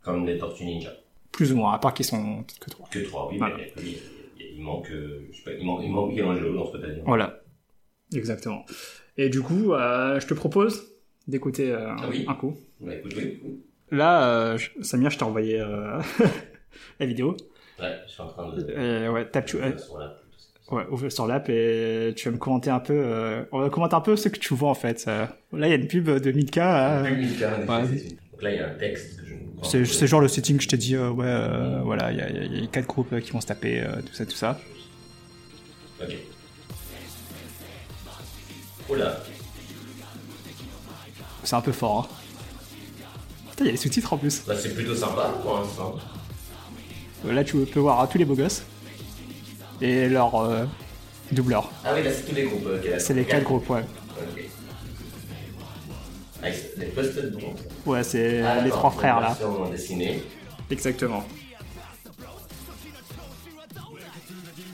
Speaker 2: Comme les Tortues Ninja.
Speaker 1: Plus ou moins, à part qu'ils sont que trois.
Speaker 2: Que trois, oui,
Speaker 1: Voilà.
Speaker 2: mais il y a- il y a- il manque. euh, Je sais pas, il manque, il manque, il y a un jeu dans ce que t'as dit.
Speaker 1: Voilà. Exactement. Et du coup, euh, je te propose d'écouter euh,
Speaker 2: Ah oui.
Speaker 1: un coup.
Speaker 2: Bah écoute, oui. oui.
Speaker 1: Là, euh, je- Samir, je t'ai envoyé euh, [laughs] la vidéo.
Speaker 2: Ouais, je suis en train de.
Speaker 1: Euh, ouais, tape, tu,
Speaker 2: Ils sont là.
Speaker 1: Ouais, ouvre sur l'app et tu vas me commenter un peu. euh, on va commenter un peu ce que tu vois en fait. Euh, là, il y a une pub de Milka. euh, Ouais.
Speaker 2: Donc là, il y a un texte que je ne comprends
Speaker 1: c'est
Speaker 2: pas.
Speaker 1: c'est genre le setting, je t'ai dit, euh, ouais, euh, voilà, il y a, il y a- il y a quatre groupes euh, qui vont se taper, euh, tout ça, tout ça.
Speaker 2: Ok. Oh là.
Speaker 1: C'est un peu fort. Hein. Putain, il y a les sous-titres en plus.
Speaker 2: Bah, c'est plutôt sympa pour l'instant.
Speaker 1: Euh, Là, tu peux voir euh, tous les beaux gosses et leur euh, doubleur.
Speaker 2: Ah oui, là, c'est tous les groupes. ok,
Speaker 1: C'est les
Speaker 2: d'accord.
Speaker 1: quatre groupes, ouais.
Speaker 2: Ok. Ah, ils sont- les Busted Bones.
Speaker 1: Ouais, c'est euh,
Speaker 2: Ah,
Speaker 1: les
Speaker 2: d'accord,
Speaker 1: trois frères là.
Speaker 2: version dessinée.
Speaker 1: Exactement.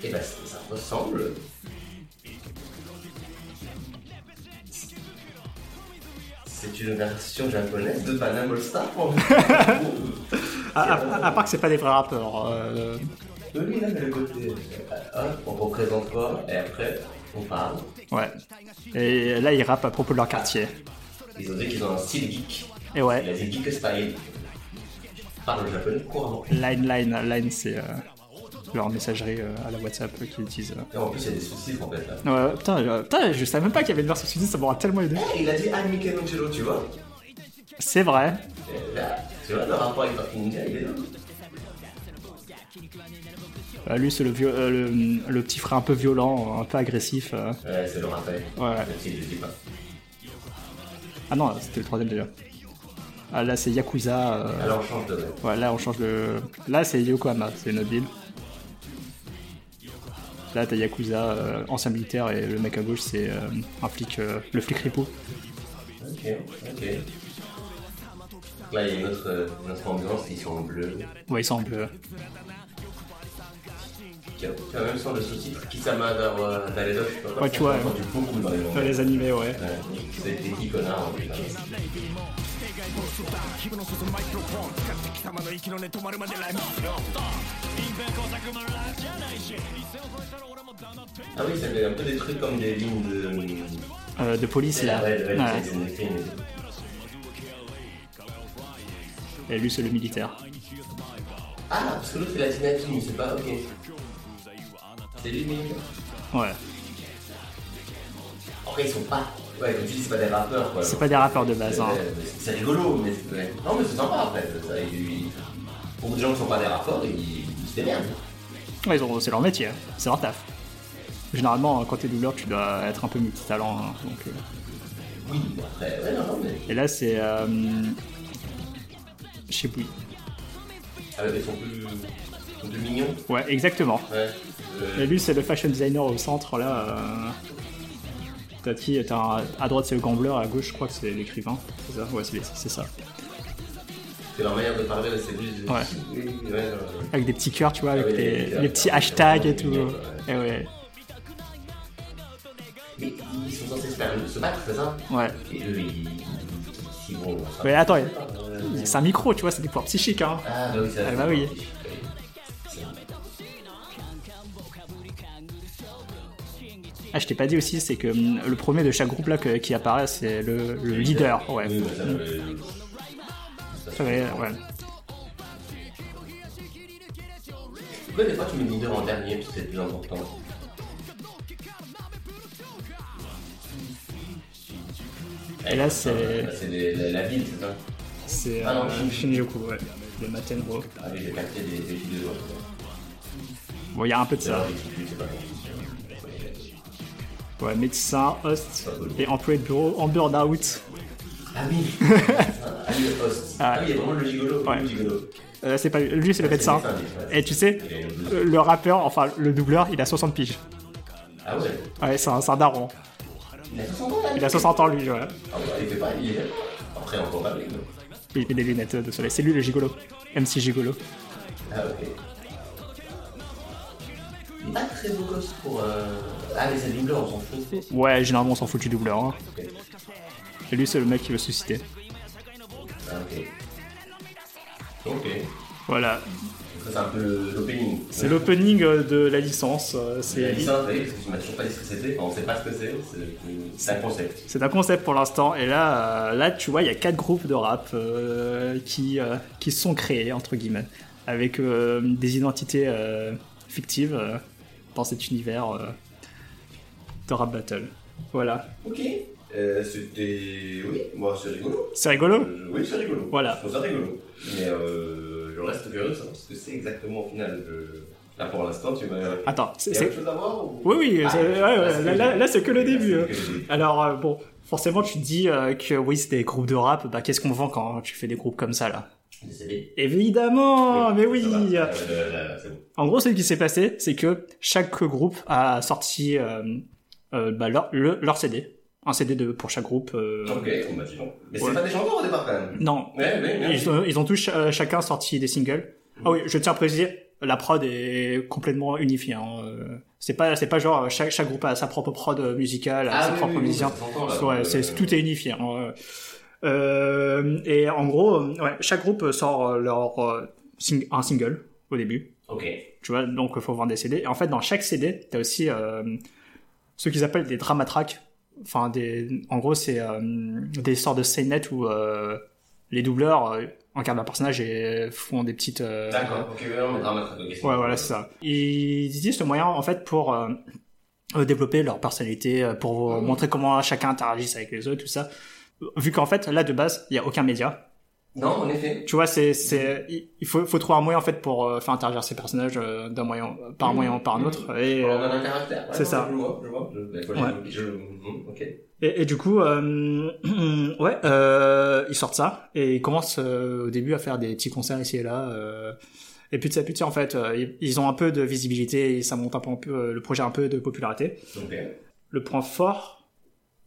Speaker 2: Et bah, ça ça ressemble. C'est une version japonaise de Panam All Star
Speaker 1: [laughs]
Speaker 2: pour moi.
Speaker 1: À, à- à part que c'est pas des vrais rappeurs. euh,
Speaker 2: Oui, là, mais le côté. euh, Hop, on représente quoi Et après, on parle.
Speaker 1: ouais. Et là, ils rappent à propos de leur quartier.
Speaker 2: Ils ont dit qu'ils ont un style geek.
Speaker 1: Et ouais.
Speaker 2: Il a dit geek style. Parle le japonais couramment.
Speaker 1: Line, line, line, c'est euh, leur messagerie euh, à la WhatsApp euh, qu'ils utilisent. euh.
Speaker 2: Et en plus, il y a des sous-titres en fait là.
Speaker 1: Ouais, putain, euh, putain, je savais même pas qu'il y avait une version sous ça m'aura tellement aidé.
Speaker 2: Et Il a dit Ah, Michelangelo, tu vois.
Speaker 1: C'est vrai.
Speaker 2: Et Là, tu vois, le rapport avec Tortue Ninja, il est là.
Speaker 1: Euh, lui, c'est le, vieux- euh, le, le petit frère un peu violent, un peu agressif. euh.
Speaker 2: Ouais, c'est le rappel.
Speaker 1: Ouais.
Speaker 2: Même si je le dis pas.
Speaker 1: Ah non, c'était le troisième déjà. Ah, là, c'est Yakuza. euh,
Speaker 2: Alors, on change de mec.
Speaker 1: ouais, là, on change de. Là, c'est Yokohama, c'est une autre ville. Là, t'as Yakuza, euh, ancien militaire, et le mec à gauche, c'est euh, un flic, euh, le flic ripo.
Speaker 2: Ok, ok. Là, il y a une autre, euh, une autre ambiance, ils sont en bleu.
Speaker 1: Ouais, il semble. euh,
Speaker 2: Qui a qui a même sans le sous-titre Kisama d'Aledo, je sais pas quoi.
Speaker 1: Ouais, tu vois,
Speaker 2: J'ai entendu beaucoup dans les
Speaker 1: dans
Speaker 2: mangas.
Speaker 1: les animés, ouais.
Speaker 2: Ouais, C'est des petits connards, en hein. fait. Ah oui, ça fait un peu des trucs comme des lignes de.
Speaker 1: Euh, de police, là.
Speaker 2: Ouais, ouais,
Speaker 1: Ouais.
Speaker 2: c'est des films et tout.
Speaker 1: Et lui, c'est le militaire.
Speaker 2: Ah, parce que l'autre c'est la dynamique, c'est pas ok. C'est lui, mais.
Speaker 1: Ouais.
Speaker 2: En vrai, ils sont pas. Ouais, comme tu dis, c'est pas des rappeurs quoi.
Speaker 1: C'est pas des rappeurs de base.
Speaker 2: Euh,
Speaker 1: hein.
Speaker 2: mais c'est- C'est rigolo, mais c'est- ouais. Non, mais c'est sympa en fait. Ça, il- il- Pour des gens qui sont pas des rappeurs, ils ils se démerdent.
Speaker 1: Ouais, ils ont- c'est leur métier, hein. c'est leur taf. Généralement, quand t'es doubleur, tu dois être un peu multitalent. hein, donc, euh.
Speaker 2: Oui, mais après, ouais, non, non, mais.
Speaker 1: Et là, c'est. Euh... Chez Bouygues.
Speaker 2: Ah, ouais, mais ils sont plus. ils sont plus mignons.
Speaker 1: Ouais, exactement.
Speaker 2: Ouais.
Speaker 1: Et
Speaker 2: Euh,
Speaker 1: lui, c'est le fashion designer au centre, là. euh, T'as qui t'as un- À droite, c'est le gambler, à gauche, je crois que c'est l'écrivain. C'est ça Ouais, c'est c'est ça.
Speaker 2: C'est leur manière de parler, c'est plus.
Speaker 1: Ouais.
Speaker 2: Oui, ouais, euh, ouais, ouais.
Speaker 1: Avec des petits cœurs, tu vois, avec
Speaker 2: Ah oui,
Speaker 1: des,
Speaker 2: les-
Speaker 1: les petits
Speaker 2: les-
Speaker 1: hashtags et
Speaker 2: les-
Speaker 1: tout. Eh
Speaker 2: les-
Speaker 1: Et ouais,
Speaker 2: Mais ils sont censés se faire se battre, c'est ça
Speaker 1: ouais.
Speaker 2: Et eux, ils. Ils vont.
Speaker 1: Mais attends,
Speaker 2: Euh,
Speaker 1: c'est un micro, tu vois, c'est des pouvoirs psychiques, hein.
Speaker 2: Ah, bah oui, ça
Speaker 1: Ah, bah oui.
Speaker 2: C'est vrai.
Speaker 1: Ah, je t'ai pas dit aussi, c'est que hum, le premier de chaque groupe là que- qui apparaît, c'est le, le leader. Ouais.
Speaker 2: Oui, bah ça, euh,
Speaker 1: Ça va, ouais.
Speaker 2: Pourquoi des fois tu mets le leader en dernier parce que c'est le plus important
Speaker 1: Et là, c'est-
Speaker 2: Là, C'est les- la, la ville, c'est ça
Speaker 1: C'est
Speaker 2: Ah non,
Speaker 1: euh,
Speaker 2: Shin-
Speaker 1: Shinjuku, ouais. Le Matenro.
Speaker 2: Ah oui, j'ai capté des des filles de joie.
Speaker 1: Bon, il y a un peu de
Speaker 2: C'est
Speaker 1: ça.
Speaker 2: leur véhicule, c'est pas bon.
Speaker 1: Ouais, médecin, host et employé de bureau en burn-out.
Speaker 2: Ah oui [laughs] Ah oui, le host.
Speaker 1: Ah.
Speaker 2: Ah oui, il y a vraiment le gigolo.
Speaker 1: Ouais.
Speaker 2: Le gigolo. Ah,
Speaker 1: Euh, c'est pas lui, lui, c'est le
Speaker 2: C'est
Speaker 1: médecin.
Speaker 2: le médecin, ouais.
Speaker 1: Et tu sais,
Speaker 2: Et le doubleur.
Speaker 1: euh, le rappeur, enfin le doubleur, il a 60 piges.
Speaker 2: Ah ouais
Speaker 1: Ouais, c'est un, c'est un daron.
Speaker 2: Il a 60 ans là
Speaker 1: Il a 60 ans lui, ouais.
Speaker 2: Ah bah, il fait pas, il est. Après, on comprend pas avec nous.
Speaker 1: Il met des lunettes de soleil. C'est lui le gigolo. MC gigolo.
Speaker 2: Ah ok. Il est pas très beau gosse pour. Euh... Ah, mais c'est le doubleur, on s'en fout.
Speaker 1: Ouais, généralement on s'en fout du doubleur. hein.
Speaker 2: Ok.
Speaker 1: Et lui, c'est le mec qui veut susciter.
Speaker 2: Ah, ok. Ok.
Speaker 1: Voilà.
Speaker 2: Ça, c'est un peu l'opening.
Speaker 1: C'est l'opening euh, de la licence. euh,
Speaker 2: C'est
Speaker 1: C'est
Speaker 2: ça, vous voyez, parce que tu m'as toujours pas dit ce que c'était. Enfin, on sait pas ce que c'est. c'est- C'est un concept.
Speaker 1: C'est un concept pour l'instant. Et là, euh, là, tu vois, il y a quatre groupes de rap euh, qui euh, qui sont créés entre guillemets, avec euh, des identités euh, fictives euh, dans cet univers euh, de rap battle. Voilà.
Speaker 2: Ok. Euh, c'était. Oui, moi, c'est rigolo.
Speaker 1: C'est rigolo.
Speaker 2: Euh, oui, c'est rigolo.
Speaker 1: Hein Voilà.
Speaker 2: Je trouve ça rigolo. Mais euh, je reste curieux de savoir ce que c'est exactement au final. Je- Là, pour l'instant, tu m'as.
Speaker 1: Attends. c'est-
Speaker 2: Il y a
Speaker 1: Ah, c'est-
Speaker 2: autre chose à voir ou...
Speaker 1: Oui, oui.
Speaker 2: Ah,
Speaker 1: c'est- ouais, ouais,
Speaker 2: c'est
Speaker 1: là,
Speaker 2: que
Speaker 1: là-
Speaker 2: j'ai-
Speaker 1: là, c'est que le
Speaker 2: Là, c'est
Speaker 1: début. hein.
Speaker 2: que le début.
Speaker 1: Alors euh, bon, forcément, tu te dis euh, que oui, c'est des groupes de rap. Bah, qu'est-ce qu'on vend quand tu fais des groupes comme ça là
Speaker 2: Mais c'est bien.
Speaker 1: Évidemment. Oh, mais oui.
Speaker 2: ça va. Euh, là, là, là, c'est bon.
Speaker 1: En gros, ce qui s'est passé, c'est que chaque groupe a sorti euh, euh, bah, leur, le- leur CD. Un CD de, pour chaque groupe. euh.
Speaker 2: Ok, on m'a dit non. bah, Mais
Speaker 1: Ouais.
Speaker 2: c'est pas des chanteurs au départ quand même.
Speaker 1: Non.
Speaker 2: Ouais, mais mais-
Speaker 1: Ils, ont- ils ont tous euh, chacun sorti des singles.
Speaker 2: Mhm.
Speaker 1: Ah oui, je tiens à préciser, la prod est complètement unifiée. hein, euh. C'est pas, c'est pas genre euh, chaque, chaque groupe a sa propre prod musicale, a ses
Speaker 2: Ah oui,
Speaker 1: propres
Speaker 2: oui, oui,
Speaker 1: musiciens.
Speaker 2: ça s'entend, là,
Speaker 1: Ouais,
Speaker 2: donc,
Speaker 1: c'est-
Speaker 2: euh,
Speaker 1: tout est unifié. hein, ouais. Euh, et en gros, euh, ouais, chaque groupe sort euh, leur euh, sing- un single au début.
Speaker 2: Ok.
Speaker 1: Tu vois, donc il faut vendre des CD. Et en fait, dans chaque CD, tu as aussi euh, ce qu'ils appellent des dramatracks. Enfin, des, en gros, c'est euh, des sortes de scénettes où euh, les doubleurs euh, incarnent un personnage et font des petites. euh,
Speaker 2: D'accord. Ok, ouais, on mettra ma traque.
Speaker 1: Ouais, voilà, c'est ça. Ils utilisent le moyen, en fait, pour euh, euh, développer leur personnalité, euh, pour euh,
Speaker 2: Mhm.
Speaker 1: montrer comment chacun interagisse avec les autres, tout ça. Vu qu'en fait, là, de base, il n'y a aucun média
Speaker 2: Non, en effet.
Speaker 1: tu vois c'est c'est il- il faut faut trouver un moyen en fait pour euh, faire interagir ces personnages euh, d'un moyen par un
Speaker 2: Mhm.
Speaker 1: moyen ou par un autre et
Speaker 2: On en
Speaker 1: euh,
Speaker 2: donne un caractère. Ouais,
Speaker 1: c'est
Speaker 2: non,
Speaker 1: ça.
Speaker 2: Je vois, je vois. Je- d'accord,
Speaker 1: Ouais.
Speaker 2: je- je- mhm, Ok.
Speaker 1: et, et du coup euh, [clears throat] ouais euh, ils sortent ça et ils commencent euh, au début à faire des petits concerts ici et là euh, et puis de ça en fait euh, ils- ils ont un peu de visibilité et ça monte un peu, un peu, euh, le projet a un peu de popularité
Speaker 2: Ok.
Speaker 1: le point fort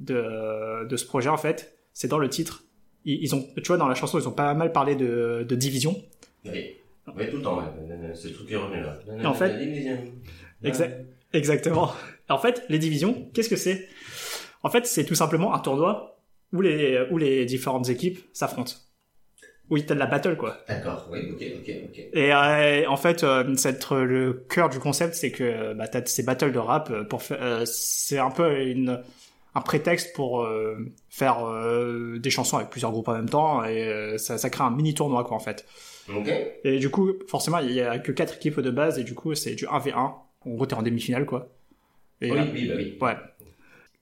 Speaker 1: de de ce projet en fait c'est dans le titre ils, ils ont tu vois dans la chanson ils ont pas mal parlé de de division
Speaker 2: Oui. Oui, tout le temps, ouais. C'est le truc qui est revenu là.
Speaker 1: Et en fait- Exact. Exactement. En fait, les divisions, qu'est-ce que c'est En fait, c'est tout simplement un tournoi où les, où les différentes équipes s'affrontent. Oui, t'as de la battle, quoi.
Speaker 2: Ah, D'accord, oui, ok, ok, ok.
Speaker 1: Et euh, en fait, euh, c'est euh, le cœur du concept, c'est que bah, t'as ces battles de rap euh, pour faire... euh, c'est un euh, peu une, un prétexte pour euh, faire euh, des chansons avec plusieurs groupes en même temps et euh, ça, ça crée un mini tournoi quoi en fait.
Speaker 2: Ok.
Speaker 1: Et du coup, forcément, il y a que quatre équipes de base et du coup, c'est du 1v1. En gros, t'es en demi-finale quoi. Et,
Speaker 2: oui,
Speaker 1: euh,
Speaker 2: oui, bah oui.
Speaker 1: Ouais.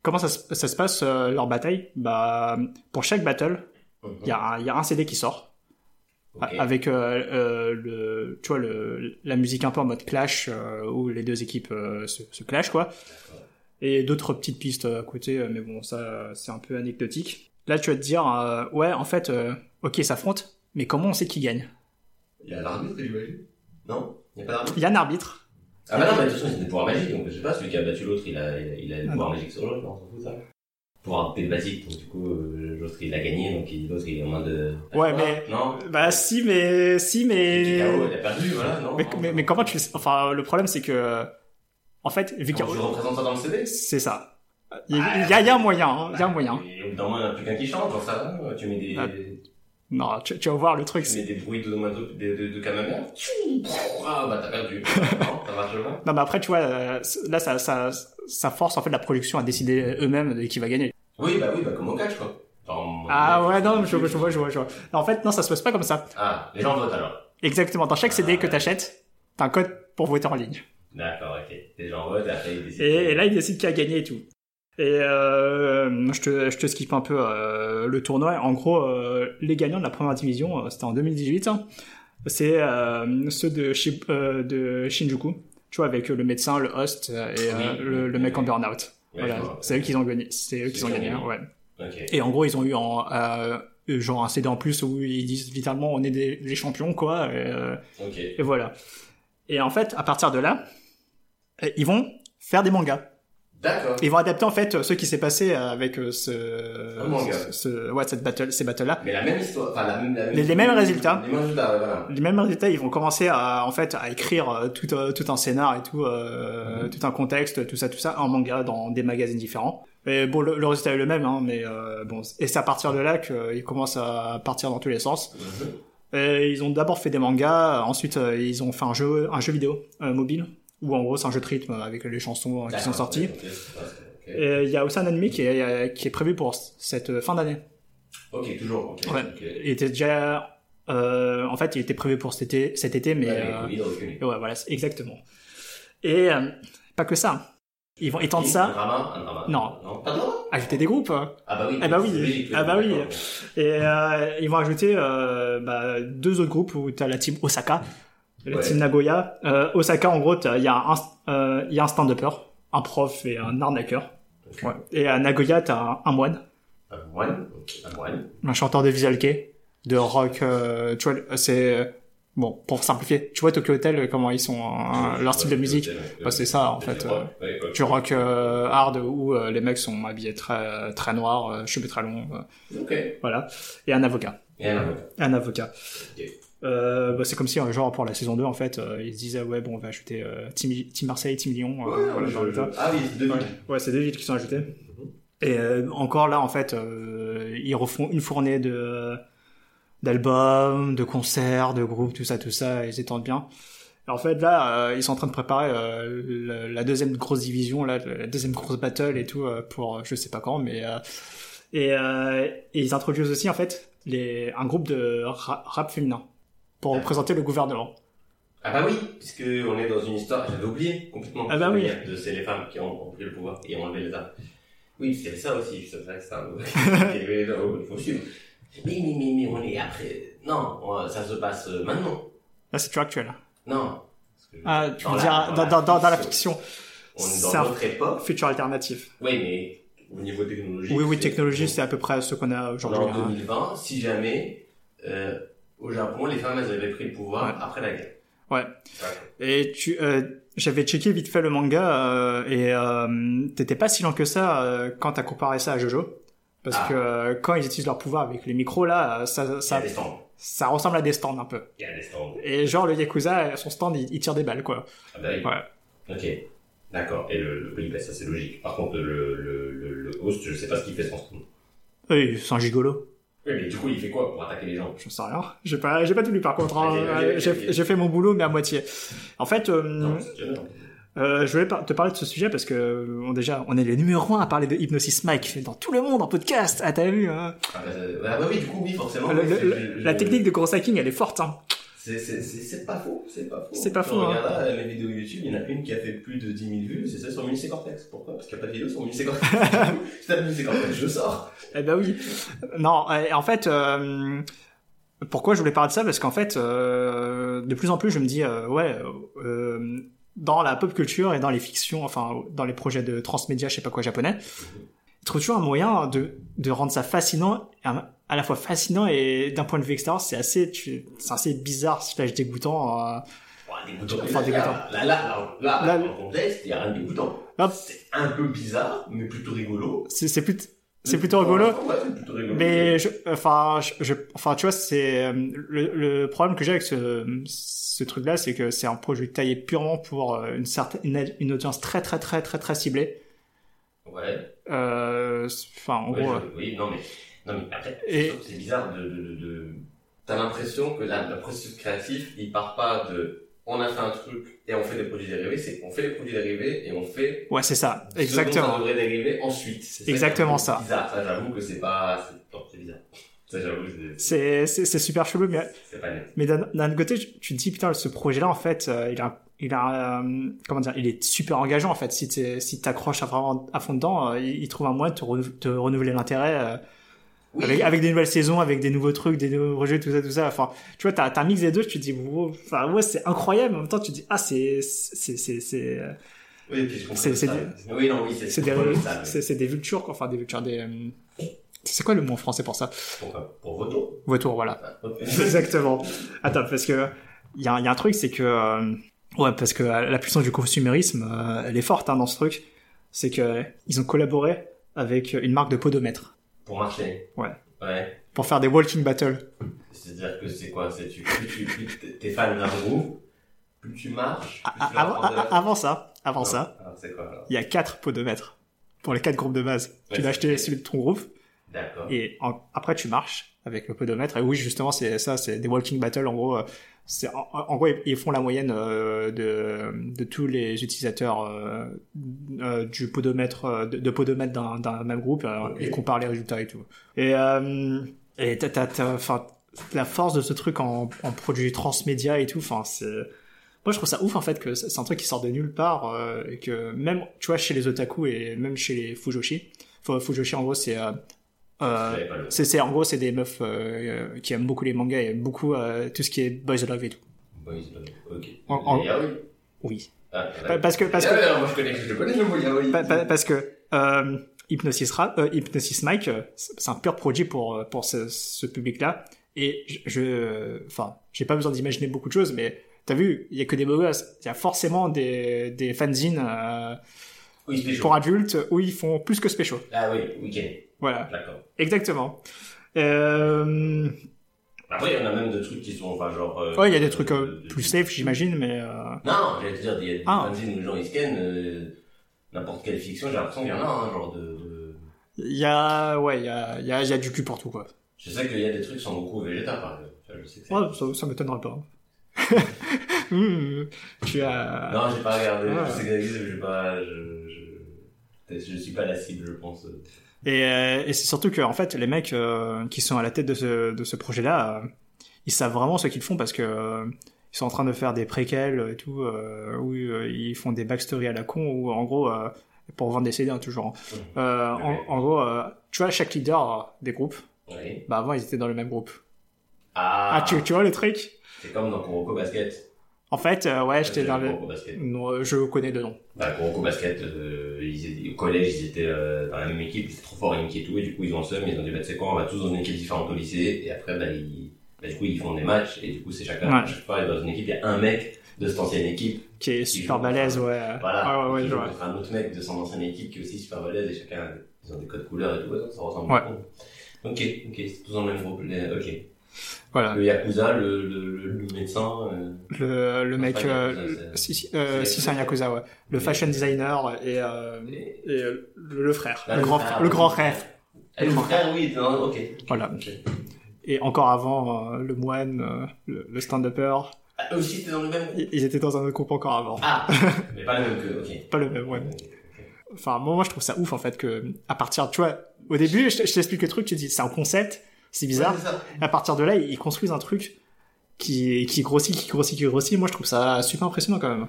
Speaker 1: Comment ça, se- ça se passe euh, leur bataille Bah, pour chaque battle, il y, a un- il y a un CD qui sort
Speaker 2: Hum, Ok.
Speaker 1: a- avec euh, euh, le, tu vois, le, la musique un peu en mode clash euh, où les deux équipes euh, se, se clashent quoi.
Speaker 2: D'accord.
Speaker 1: Et d'autres petites pistes à côté, euh, mais bon, ça euh, c'est un peu anecdotique. Là, tu vas te dire, euh, ouais, en fait, euh, ok, ils s'affrontent, mais comment on sait qui gagne
Speaker 2: Il y a l'arbitre, j'imagine Non Il n'y a pas d'arbitre
Speaker 1: Il y a un arbitre.
Speaker 2: Ah bah non, mais de toute façon, c'est des pouvoirs magiques, donc je sais pas, celui qui a battu l'autre, il a, il a, il a des
Speaker 1: Ah
Speaker 2: pouvoirs magiques sur l'autre, non, on s'en fout, ça. Pouvoir P basique, donc du coup, euh, l'autre il a gagné, donc il- l'autre il est en main de.
Speaker 1: Ouais,
Speaker 2: Ah,
Speaker 1: mais-
Speaker 2: Non
Speaker 1: Bah si, mais si,
Speaker 2: Il
Speaker 1: mais
Speaker 2: est KO, il a perdu, voilà, non
Speaker 1: mais,
Speaker 2: non,
Speaker 1: mais,
Speaker 2: non.
Speaker 1: mais comment tu le sais Enfin, le problème c'est que, euh, en fait, vu qu'il y
Speaker 2: Comment Tu
Speaker 1: a-
Speaker 2: représentes ça dans le CD
Speaker 1: c'est ça. Il y, a- il y a- il y a un moyen, hein, il y a un moyen.
Speaker 2: Et au bout d'un moment, il n'y en a plus qu'un qui chante, genre ça va, tu mets des.
Speaker 1: Ah, Non, tu, tu vas voir le truc.
Speaker 2: Tu
Speaker 1: c'est-
Speaker 2: mets des bruits de, de, de, de, de camembert. Ah bah
Speaker 1: [laughs]
Speaker 2: t'as perdu. non, ça marche pas.
Speaker 1: Non, mais après, tu vois, euh, c- là, ça, ça, ça force en fait la production à décider eux-mêmes de qui va gagner.
Speaker 2: Oui, bah oui, bah comme au catch quoi. Genre,
Speaker 1: Ah
Speaker 2: on-
Speaker 1: ouais, non, je, je vois, je vois, je vois. En fait, non, ça se passe pas comme ça.
Speaker 2: Ah, les gens votent alors.
Speaker 1: Exactement. Dans chaque CD que t'achètes, t'as un code pour voter en ligne.
Speaker 2: D'accord, ok. Les gens votent, après ils décident.
Speaker 1: Et, et là, il décide qui a gagné et tout. Et euh, je te, je te skip un peu euh, le tournoi. En gros, euh, les gagnants de la première division, euh, c'était en 2018. hein, c'est euh, ceux de, Shi- euh, de Shinjuku. Tu vois, avec euh, le médecin, le host euh, et euh,
Speaker 2: Oui.
Speaker 1: le, le mec en burn-out.
Speaker 2: Ouais,
Speaker 1: Voilà,
Speaker 2: je vois.
Speaker 1: c'est eux qui ont gagné. C'est eux qui
Speaker 2: C'est
Speaker 1: ont
Speaker 2: eux qui ont
Speaker 1: gagné. hein,
Speaker 2: gagné.
Speaker 1: Ouais.
Speaker 2: Ok.
Speaker 1: Et en gros, ils ont eu en, euh, genre un CD en plus où ils disent littéralement on est des, des champions, quoi. Et, euh,
Speaker 2: Ok.
Speaker 1: et voilà. Et en fait, à partir de là, euh, ils vont faire des mangas.
Speaker 2: D'accord.
Speaker 1: Ils vont adapter en fait euh, ce qui s'est passé euh, avec euh, ce,
Speaker 2: Un manga.
Speaker 1: ce- ce- ouais, cette battle, ces battles-là.
Speaker 2: Mais la même histoire, enfin la même. La même
Speaker 1: Les- les mêmes résultats.
Speaker 2: Les mêmes résultats, ouais, voilà.
Speaker 1: Les mêmes résultats, ils vont commencer à en fait à écrire euh, tout, euh, tout un scénar et tout, euh,
Speaker 2: Mhm.
Speaker 1: tout un contexte, tout ça, tout ça, en manga dans des magazines différents. Et bon, le, le résultat est le même, hein, mais euh, bon, et c'est à partir de là qu'ils commencent à partir dans tous les sens.
Speaker 2: Mhm.
Speaker 1: Et ils ont d'abord fait des mangas, ensuite euh, ils ont fait un jeu, un jeu vidéo euh, mobile, où en gros c'est un jeu de rythme avec les chansons euh, qui sont
Speaker 2: D'accord,
Speaker 1: sorties.
Speaker 2: ok, ok.
Speaker 1: Et il y a aussi un anime qui est, euh, qui est prévu pour cette euh, fin d'année.
Speaker 2: Ok, toujours. Ok.
Speaker 1: Ouais.
Speaker 2: ok.
Speaker 1: Il était déjà. euh, en fait, il était prévu pour cet été, cet été mais.
Speaker 2: Ouais, mais
Speaker 1: euh,
Speaker 2: Covid, reculé.
Speaker 1: ouais, voilà, c'est- exactement. Et euh, pas que ça. Ils vont étendre
Speaker 2: Et Un
Speaker 1: ça,
Speaker 2: drama, un drama.
Speaker 1: Non.
Speaker 2: Non, pas de drama
Speaker 1: ajouter des groupes. hein.
Speaker 2: Ah bah oui.
Speaker 1: Ah bah oui.
Speaker 2: c'est logique,
Speaker 1: Ah bah oui.
Speaker 2: d'accord.
Speaker 1: Et euh, ils vont ajouter euh, bah, deux autres groupes où t'as la team Osaka, la
Speaker 2: Ouais.
Speaker 1: team Nagoya. Euh, Osaka, en gros, t'as- il y a un, euh, il y a un stand-upper, un prof et un arnaqueur.
Speaker 2: Ok.
Speaker 1: Ouais. Et à Nagoya, t'as un, un moine,
Speaker 2: Un moine. ok, Un moine.
Speaker 1: un chanteur de visual kei, de rock. euh, tu vois, c'est bon pour simplifier. Tu vois Tokyo Hotel, comment ils sont, euh, leur style de musique. Bah, c'est ça, en fait, euh, du rock euh, hard où euh, les mecs sont habillés très, très noirs, euh, cheveux très longs, euh,
Speaker 2: Ok. Et
Speaker 1: voilà, et un avocat.
Speaker 2: un avocat.
Speaker 1: Un avocat. Euh, bah, c'est comme si, euh, genre, pour la saison 2, en fait, euh, ils se disaient, ouais, bon, on va ajouter euh, Team, Team Marseille, Team Lyon. euh,
Speaker 2: Ouais,
Speaker 1: voilà,
Speaker 2: je-
Speaker 1: dans le
Speaker 2: je-
Speaker 1: tas.
Speaker 2: Ah oui, c'est deux villes.
Speaker 1: Ouais, c'est deux villes qui sont ajoutées. Et euh, encore là, en fait, euh, ils refont une fournée de d'albums, de concerts, de groupes, tout ça, tout ça, ils étendent bien. Et en fait, là, euh, ils sont en train de préparer euh, la, la deuxième grosse division, là, la deuxième grosse battle et tout, euh, pour euh, je sais pas quand, mais... euh, et, euh, et ils introduisent aussi, en fait, les, un groupe de ra- rap féminin pour représenter le gouvernement.
Speaker 2: Ah bah oui, puisque on est dans une histoire, j'avais oublié complètement.
Speaker 1: Ah bah oui.
Speaker 2: De c'est les femmes qui ont, ont pris le pouvoir et ont enlevé les armes. Oui, c'est ça aussi, c'est vrai que c'est un
Speaker 1: [laughs]
Speaker 2: mot. [laughs] Il faut suivre. Mais, mais, mais, mais on est après. Non, on- ça se passe euh, maintenant.
Speaker 1: Là, c'est toujours actuel.
Speaker 2: Non. Parce que-
Speaker 1: Ah, tu veux
Speaker 2: la-
Speaker 1: dire dans, dans, dans- dans la fiction,
Speaker 2: On est
Speaker 1: ça-
Speaker 2: dans notre époque.
Speaker 1: futur alternatif.
Speaker 2: Oui, mais au niveau technologique.
Speaker 1: Oui, oui,
Speaker 2: c'est-
Speaker 1: technologie, c'est à peu près ce qu'on a
Speaker 2: On est
Speaker 1: aujourd'hui.
Speaker 2: en
Speaker 1: hein.
Speaker 2: 2020, si jamais, euh, au Japon, les femmes, elles avaient pris le pouvoir
Speaker 1: Ouais.
Speaker 2: après la guerre.
Speaker 1: Ouais. Et tu, euh, j'avais checké vite fait le manga euh, et euh, t'étais pas si lent que ça euh, quand t'as comparé ça à Jojo, parce
Speaker 2: Ah.
Speaker 1: que euh, quand ils utilisent leur pouvoir avec les micros là, euh, ça,
Speaker 2: Ça
Speaker 1: ça,
Speaker 2: descend.
Speaker 1: ça ressemble à des stands un peu.
Speaker 2: Il y a des stands.
Speaker 1: Et genre le yakuza, son stand, il, il tire des balles quoi.
Speaker 2: Ah bah oui.
Speaker 1: Ouais.
Speaker 2: Ok. D'accord. Et le, le polybase, ça c'est logique. Par contre, le, le, le, le host, je sais pas ce qu'il fait sans ce nom.
Speaker 1: Oui, c'est un gigolo.
Speaker 2: Oui, mais du coup, il fait quoi pour attaquer les gens
Speaker 1: Je sais rien. J'ai pas, j'ai pas tout lu par contre. hein.
Speaker 2: Ok, ok, ok,
Speaker 1: J'ai
Speaker 2: ok.
Speaker 1: j'ai fait mon boulot mais à moitié. En fait, euh,
Speaker 2: Non, c'est déjà bien.
Speaker 1: Euh, je voulais par- te parler de ce sujet parce que euh, on, déjà on est les numéro un à parler de Hypnosis Mike dans tout le monde en podcast. Ah t'as vu hein
Speaker 2: Ah, euh, bah, oui, du coup, oui, forcément.
Speaker 1: Le-
Speaker 2: oui,
Speaker 1: le-
Speaker 2: c'est-
Speaker 1: le-
Speaker 2: je-
Speaker 1: La
Speaker 2: je-
Speaker 1: technique de gros hacking elle est forte. Hein.
Speaker 2: C'est, c'est, c'est, c'est pas faux, c'est pas faux.
Speaker 1: C'est pas
Speaker 2: Quand
Speaker 1: faux,
Speaker 2: on
Speaker 1: hein.
Speaker 2: regarde là, mes vidéos YouTube, il y en a une qui a fait plus de 10 000 vues, c'est celle sur Mulcy Cortex. Pourquoi Parce qu'il n'y a pas de vidéo sur Mulcy
Speaker 1: [laughs]
Speaker 2: Cortex. Je tape Mulcy Cortex, je sors.
Speaker 1: Eh ben oui. Non, euh, en fait, euh, pourquoi je voulais parler de ça Parce qu'en fait, euh, de plus en plus, je me dis, euh, ouais, euh, dans la pop culture et dans les fictions, enfin, dans les projets de transmédia, je sais pas quoi, japonais, je trouve toujours un moyen de, de rendre ça fascinant, à, à la fois fascinant et d'un point de vue extérieur, c'est assez, tu- c'est assez bizarre, slash dégoûtant. euh.
Speaker 2: Oh, dégoûtant.
Speaker 1: Enfin, dégoûtant.
Speaker 2: Là, là, là, là,
Speaker 1: Là,
Speaker 2: là, en contexte, il n'y a rien de dégoûtant.
Speaker 1: Hop.
Speaker 2: C'est un peu bizarre, mais plutôt rigolo.
Speaker 1: C'est c'est plut- c'est
Speaker 2: Mais
Speaker 1: plutôt
Speaker 2: pour
Speaker 1: rigolo.
Speaker 2: l'instant, ouais, c'est plutôt rigolo.
Speaker 1: Mais je, enfin, je, je- enfin, tu vois, c'est euh, le, le problème que j'ai avec ce, ce truc-là, c'est que c'est un projet taillé purement pour euh, une certaine une, une audience très très très très très ciblée.
Speaker 2: Ouais,
Speaker 1: Euh, c'est- Enfin, en
Speaker 2: ouais,
Speaker 1: gros. euh,
Speaker 2: je- oui, non, mais, non, mais après,
Speaker 1: Et-
Speaker 2: c'est sûr que c'est bizarre de, de, de, de- t'as l'impression que là, le processus créatif, il part pas de, on a fait un truc et on fait des produits dérivés, c'est on fait les produits dérivés et on fait
Speaker 1: Ouais, c'est ça,
Speaker 2: Ce dont Ça
Speaker 1: exactement.
Speaker 2: devrait dériver ensuite. C'est qui est
Speaker 1: Exactement
Speaker 2: un peu
Speaker 1: ça.
Speaker 2: Bizarre. Ça, j'avoue que c'est pas. C'est non, c'est bizarre. Ça, j'avoue, que c'est-
Speaker 1: C'est c'est c'est super chelou, mais
Speaker 2: c'est pas net.
Speaker 1: mais d'un d'un autre côté, tu tu te dis putain, ce projet-là, en fait, euh, il a il a euh, comment dire, il est super engageant en fait. Si t'es- si t'accroches à vraiment à fond dedans, euh, il, il trouve un moyen de te, renou- te renouveler l'intérêt. euh,
Speaker 2: Oui.
Speaker 1: avec, avec des nouvelles saisons, avec des nouveaux trucs, des nouveaux projets, tout ça, tout ça. Enfin, tu vois, t'as t'as un mix des deux, tu te dis, wow, enfin, ouais, c'est incroyable, mais en même temps, tu te dis, ah, c'est, c'est, c'est, c'est, euh,
Speaker 2: Oui, et puis je comprends.
Speaker 1: c'est-
Speaker 2: le
Speaker 1: c'est
Speaker 2: sale. Oui, non, oui, c'est
Speaker 1: c'est
Speaker 2: je
Speaker 1: des,
Speaker 2: comprends le sale.
Speaker 1: c'est c'est des vultures, quoi. Enfin, des vultures, des, euh, c'est quoi le mot en français pour ça?
Speaker 2: Pourquoi Pour Voto.
Speaker 1: Vautour, voilà.
Speaker 2: [laughs]
Speaker 1: [laughs]
Speaker 2: Enfin,
Speaker 1: Exactement. Attends, parce que il y a, un- y a un truc, c'est que euh, ouais, parce que la puissance du consumérisme, euh, elle est forte hein, dans ce truc. C'est que euh, ils ont collaboré avec une marque de podomètre
Speaker 2: Pour marcher.
Speaker 1: Ouais.
Speaker 2: Ouais.
Speaker 1: pour faire des walking battles.
Speaker 2: C'est-à-dire que c'est quoi C'est tu, plus tu plus t'es- t'es fan d'un groupe, plus tu marches. Plus
Speaker 1: Ah,
Speaker 2: tu
Speaker 1: ah,
Speaker 2: vas
Speaker 1: avant,
Speaker 2: prendre de la-
Speaker 1: ah, avant ça, avant
Speaker 2: Non.
Speaker 1: ça,
Speaker 2: Alors, Ah, c'est quoi alors
Speaker 1: il y a quatre podomètres pour les quatre groupes de base. tu
Speaker 2: Ouais,
Speaker 1: vas
Speaker 2: c'est-
Speaker 1: acheter celui de ton groupe
Speaker 2: D'accord.
Speaker 1: et en- après tu marches avec le podomètre. Et oui, justement, c'est ça, c'est des walking battles. En gros, euh, c'est en, en gros ils- ils font la moyenne euh, de, de tous les utilisateurs euh, euh, du podomètre euh, de, de podomètre d'un, d'un même groupe euh,
Speaker 2: Ok.
Speaker 1: et comparent les résultats et tout. Et euh, et t'as, t'as- t'as- enfin la force de ce truc en, en produit transmédia et tout, enfin c'est moi, je trouve ça ouf en fait que c'est c'est un truc qui sort de nulle part euh, et que même, tu vois, chez les otaku et même chez les fujoshi. Enfin, fujoshi en gros, c'est euh, euh,
Speaker 2: J'avais pas le-
Speaker 1: c'est c'est- en gros c'est des meufs euh, euh, qui aiment beaucoup les mangas et aiment beaucoup euh, tout ce qui est boys love et tout.
Speaker 2: Boys Love. Ok.
Speaker 1: En- en-
Speaker 2: Les yaoi.
Speaker 1: Oui.
Speaker 2: Ah,
Speaker 1: Pa- Parce que parce
Speaker 2: Ah,
Speaker 1: que
Speaker 2: ouais, alors, moi je connais, je connais le mot yaoi.
Speaker 1: pa- pa- parce que euh, Hypnosis, Ra- euh, Hypnosis Mike, euh, c'est c'est un pur produit pour euh, pour ce, ce public-là et je- je enfin j'ai pas besoin d'imaginer beaucoup de choses mais t'as vu il y a que des beaux gosses il y a forcément des des fanzines euh,
Speaker 2: Oui, c'est chaud.
Speaker 1: pour adultes où ils font plus que spéciaux.
Speaker 2: Ah oui, week-end.
Speaker 1: Voilà,
Speaker 2: D'accord.
Speaker 1: exactement. Euh...
Speaker 2: Après, il y en a même des trucs qui sont, enfin, genre. euh,
Speaker 1: Ouais, il y a des trucs
Speaker 2: euh,
Speaker 1: euh,
Speaker 2: de-
Speaker 1: plus safe, j'imagine, mais euh,
Speaker 2: Non, j'allais te dire, il y a des
Speaker 1: Ah.
Speaker 2: fanzines où les gens ils scannent, euh, n'importe quelle fiction, j'ai l'impression qu'il y en a, hein, genre de. de-
Speaker 1: il y a, ouais, il y a, il y a, il y a du cul partout, quoi.
Speaker 2: Je sais qu'il y a des trucs sans beaucoup végéta, par exemple. Enfin, je sais que c'est-
Speaker 1: Ouais, ça, ça m'étonnerait [laughs] pas. Mmh, tu as.
Speaker 2: Non, j'ai pas regardé,
Speaker 1: Ouais.
Speaker 2: je sais que ça existe, mais j'ai pas. Je, je... je suis pas la cible, je pense.
Speaker 1: Et, euh, et c'est surtout que, en fait, les mecs euh, qui sont à la tête de ce, de ce projet-là, euh, ils savent vraiment ce qu'ils font parce que euh, ils sont en train de faire des préquels et tout, euh, où euh, ils font des backstories à la con, ou en gros, euh, pour vendre des CD, hein, toujours. hein.
Speaker 2: Mmh.
Speaker 1: Euh, en,
Speaker 2: Ouais.
Speaker 1: en gros, euh, tu vois, chaque leader euh, des groupes,
Speaker 2: Oui.
Speaker 1: bah avant, ils étaient dans le même groupe.
Speaker 2: Ah,
Speaker 1: Ah, tu, tu vois le truc
Speaker 2: C'est comme dans Kuroko Basket.
Speaker 1: En fait, euh, ouais, j'étais
Speaker 2: J'étais
Speaker 1: dans le.
Speaker 2: Kuroko Basket.
Speaker 1: Non, euh, je connais le nom.
Speaker 2: Bah, Kuroko Basket, euh, ils étaient- au collège, ils étaient euh, dans la même équipe, ils étaient trop forts, ils niquaient tout, et du coup, ils ont le seum, ils ont dit, bah, tu sais quoi, on va tous dans une équipe différente au lycée, et après, bah, ils, bah, du coup, ils font des matchs, et du coup, c'est chacun,
Speaker 1: Ouais.
Speaker 2: à chaque fois, dans une équipe, il y a un mec de cette ancienne équipe,
Speaker 1: Qui est
Speaker 2: Ils
Speaker 1: super
Speaker 2: jouent.
Speaker 1: balèze, ouais.
Speaker 2: voilà,
Speaker 1: Ah, Ouais, ouais, ouais,
Speaker 2: qui
Speaker 1: je
Speaker 2: joue
Speaker 1: vois.
Speaker 2: contre un autre mec de son ancienne équipe qui est aussi super balèze, et chacun, ils ont des codes couleurs et tout, ouais, ça ressemble
Speaker 1: Ouais.
Speaker 2: beaucoup. Ok, ok, c'est tous dans le même groupe, les- ok.
Speaker 1: Voilà.
Speaker 2: Le Yakuza, le, le, le, le médecin, euh,
Speaker 1: Le, le mec.
Speaker 2: Enfin,
Speaker 1: euh,
Speaker 2: Yakuza,
Speaker 1: le-
Speaker 2: c'est-
Speaker 1: si, si, euh,
Speaker 2: c'est-
Speaker 1: si, c'est un Yakuza, ouais. Le
Speaker 2: Mais-
Speaker 1: fashion designer et, euh,
Speaker 2: et-
Speaker 1: et euh, le, le frère.
Speaker 2: Bah,
Speaker 1: le, grand frère, le grand frère.
Speaker 2: Ah, le grand frère, oui, non, ok.
Speaker 1: Voilà.
Speaker 2: Ok.
Speaker 1: Et encore avant, euh, le moine, euh, le, le stand-upper.
Speaker 2: Ah, eux aussi c'était dans le
Speaker 1: [laughs]
Speaker 2: même groupe.
Speaker 1: Ils étaient dans un autre groupe encore avant.
Speaker 2: Ah, mais pas le même que, ok.
Speaker 1: Pas le même, Euh, ouais. Enfin, moi, moi, je trouve ça ouf, en fait, que, à partir, tu vois, au début, je, je t'explique le truc, tu te dis, c'est un concept, c'est bizarre.
Speaker 2: Ouais, c'est ça.
Speaker 1: à partir de là, ils construisent un truc qui, qui grossit, qui grossit, qui grossit. Moi, je trouve ça super impressionnant, quand même.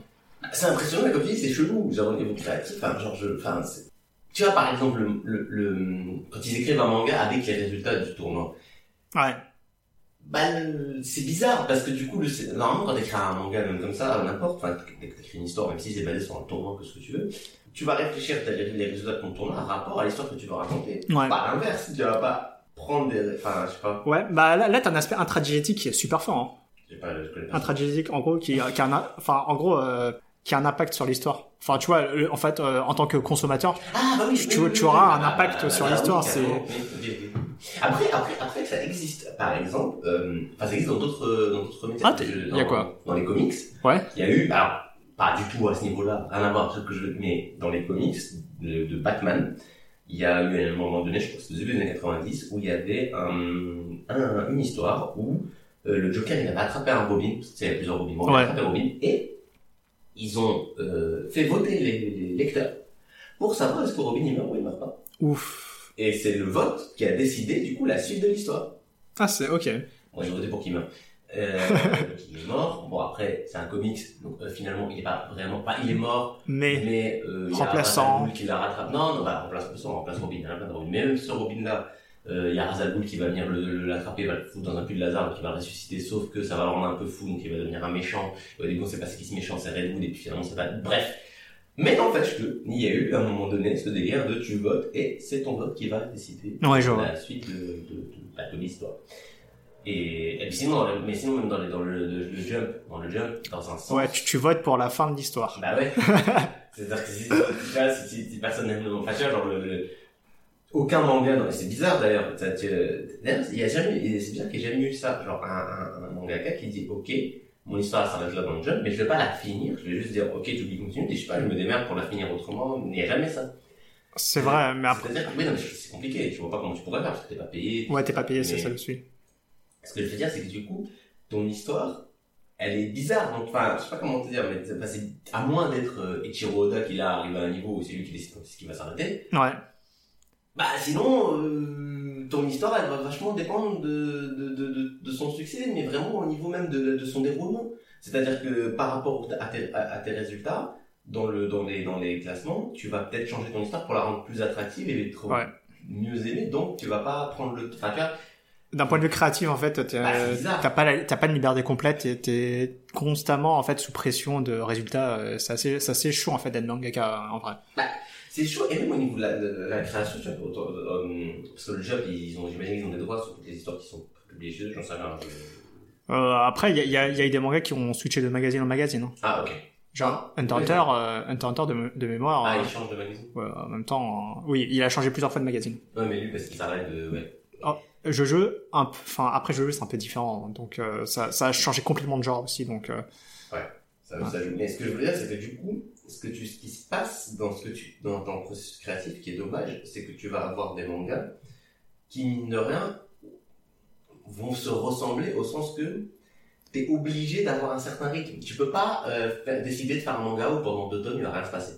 Speaker 2: C'est impressionnant, mais comme tu dis, c'est chelou. Genre, au niveau créatif, enfin, hein, genre, je, enfin, c'est- tu vois, par exemple, le, le, le- quand ils écrivent un manga avec les résultats du tournoi,
Speaker 1: Ouais.
Speaker 2: bah, le- c'est bizarre, parce que du coup, le, c'est- normalement, quand t'écris un manga, même comme ça, euh, n'importe, enfin, dès que t'écris une histoire, même si c'est basé sur un tournoi, que ce que tu veux, tu vas réfléchir, t'as les, les résultats de ton tournoi, en rapport à l'histoire que tu vas raconter.
Speaker 1: Ouais.
Speaker 2: Pas à l'inverse, tu vas pas prendre des, enfin, je sais pas,
Speaker 1: Ouais, bah là, là t'as un aspect intradigétique qui est super fort. Hein.
Speaker 2: je sais pas, je connais pas.
Speaker 1: Intradigétique, en gros, qui, euh, qui a un, a- enfin, en gros, euh, qui a un impact sur l'histoire. Enfin, tu vois, le- en fait, euh, en tant que consommateur,
Speaker 2: Ah, bah oui,
Speaker 1: Tu-
Speaker 2: oui,
Speaker 1: tu-
Speaker 2: oui,
Speaker 1: tu
Speaker 2: oui,
Speaker 1: auras
Speaker 2: oui.
Speaker 1: un
Speaker 2: Ah,
Speaker 1: impact
Speaker 2: bah,
Speaker 1: sur
Speaker 2: bah,
Speaker 1: l'histoire,
Speaker 2: oui,
Speaker 1: c'est-
Speaker 2: carrément, oui, oui, oui. Après, après, après, ça existe. Par exemple, euh, enfin, ça existe dans d'autres, euh, dans d'autres médias.
Speaker 1: Ah, t'es-
Speaker 2: Je-
Speaker 1: y a
Speaker 2: dans-
Speaker 1: quoi
Speaker 2: Dans les comics.
Speaker 1: Ouais.
Speaker 2: Il y a eu, alors, pas du tout à ce niveau-là, rien à voir, ce que je, mais dans les comics de, de Batman, il y a eu à un moment donné, je crois que c'était au début des années 90, où il y avait un- un- une histoire où euh, le Joker, il avait attrapé un Robin, parce qu'il y avait plusieurs Robins, bon, il
Speaker 1: Ouais.
Speaker 2: avait attrapé un Robin, et ils ont euh, fait voter les, les lecteurs pour savoir est-ce que Robin il meurt ou il meurt pas.
Speaker 1: ouf.
Speaker 2: Et c'est le vote qui a décidé, du coup, la suite de l'histoire.
Speaker 1: Ah, c'est ok.
Speaker 2: Moi, j'ai voté pour qu'il meure. Euh, donc, il est mort. Bon, après, c'est un comics, donc euh, finalement, il est pas vraiment pas. Il est mort,
Speaker 1: Mais,
Speaker 2: mais euh, il y a
Speaker 1: Remplaçant.
Speaker 2: Razal Ghoul qui la rattrape. Non, non, bah, remplace ça, on remplace Robin. Il y en a plein de Robin. Mais même ce Robin-là, euh, il y a Razal Ghoul qui va venir le- le- l'attraper, va le foutre dans un puits de Lazare, donc il va le ressusciter. Sauf que ça va le rendre un peu fou, donc il va devenir un méchant. Et au début, on sait pas ce qui se méchant, c'est Redwood, et puis finalement, c'est pas. Bref. Mais n'empêche que, il y a eu à un moment donné ce délire de tu votes et c'est ton vote qui va décider
Speaker 1: ouais, je vois.
Speaker 2: la suite de, de, de, bah, de l'histoire. Et, et puis sinon, dans le- mais sinon, même dans, les, dans le, le- le jump, dans le jump, dans un sens.
Speaker 1: Ouais, tu, tu votes pour la fin de l'histoire. [laughs]
Speaker 2: Bah ouais. C'est-à-dire que si, tu vois, si, si, si personne n'aime le enfin, tu vois, genre le, le- aucun manga, non, mais c'est bizarre d'ailleurs. ça, tu- D'ailleurs, il y a jamais, et c'est bizarre qu'il n'y ait jamais eu ça. Genre un, un, un mangaka qui dit, ok, mon histoire elle s'arrête là dans le jump, mais je vais pas la finir. Je vais juste dire, ok, tu continue, et je sais pas, je me démerde pour la finir autrement. Il n'y a jamais ça.
Speaker 1: C'est vrai, mais après,
Speaker 2: C'est-à-dire que oui, non, mais c'est compliqué. Je vois pas comment tu pourrais faire parce que t'es pas payé.
Speaker 1: ouais, t'es pas payé, c'est
Speaker 2: Mais-
Speaker 1: ça le suit.
Speaker 2: Ce que je veux dire, c'est que du coup, ton histoire, elle est bizarre. Donc, enfin, je sais pas comment te dire, mais c'est- enfin, c'est- à moins d'être euh, Ichiro Oda qui là arrive à un niveau où c'est lui qui décide quand est-ce qu'il va s'arrêter.
Speaker 1: Ouais.
Speaker 2: Bah, sinon, euh, ton histoire, elle va vachement dépendre de, de, de, de, de son succès, mais vraiment au niveau même de, de son déroulement. C'est-à-dire que par rapport à tes, à- à tes résultats, dans, le, dans, les, dans les classements, tu vas peut-être changer ton histoire pour la rendre plus attractive et être
Speaker 1: Ouais.
Speaker 2: mieux aimée. Donc, tu vas pas prendre le. Enfin, tu vois,
Speaker 1: D'un point de vue créatif, en fait, t'es- euh,
Speaker 2: Bah, c'est bizarre.
Speaker 1: t'as pas la- t'as pas une liberté complète. et T'es constamment en fait sous pression de résultats. euh, C'est assez, c'est assez chaud en fait d'être mangaka en vrai.
Speaker 2: C'est chaud, et même au niveau de la, de la création, tu vois, autant- euh, parce que le job, ils ont, j'imagine qu'ils ont des droits sur toutes les histoires qui sont publiées chez eux, j'en sais rien. je-
Speaker 1: Euh, après, il y a, il y, a, il y a eu des mangas qui ont switché de magazine en magazine. hein.
Speaker 2: Ah, ok.
Speaker 1: Genre Hunter
Speaker 2: oui.
Speaker 1: x Hunter, euh, Hunter x Hunter de, mé- de mémoire.
Speaker 2: Ah,
Speaker 1: euh,
Speaker 2: ils changent de magazine.
Speaker 1: ouais, en même temps, euh, oui, il a changé plusieurs fois de magazine.
Speaker 2: Ouais, mais lui, parce qu'il s'arrête de, ouais.
Speaker 1: Jojo, un p- enfin après Jojo c'est un peu différent, donc euh, ça, ça a changé complètement de genre aussi. Donc euh,
Speaker 2: Ça, ça joue. Mais ce que je veux dire, c'est que du coup, ce que tu, ce qui se passe dans ce que tu, dans ton processus créatif, qui est dommage, c'est que tu vas avoir des mangas qui, mine de rien, vont se ressembler au sens que t'es obligé d'avoir un certain rythme. Tu peux pas euh, faire- décider de faire un manga où pendant deux tomes il va rien se passer.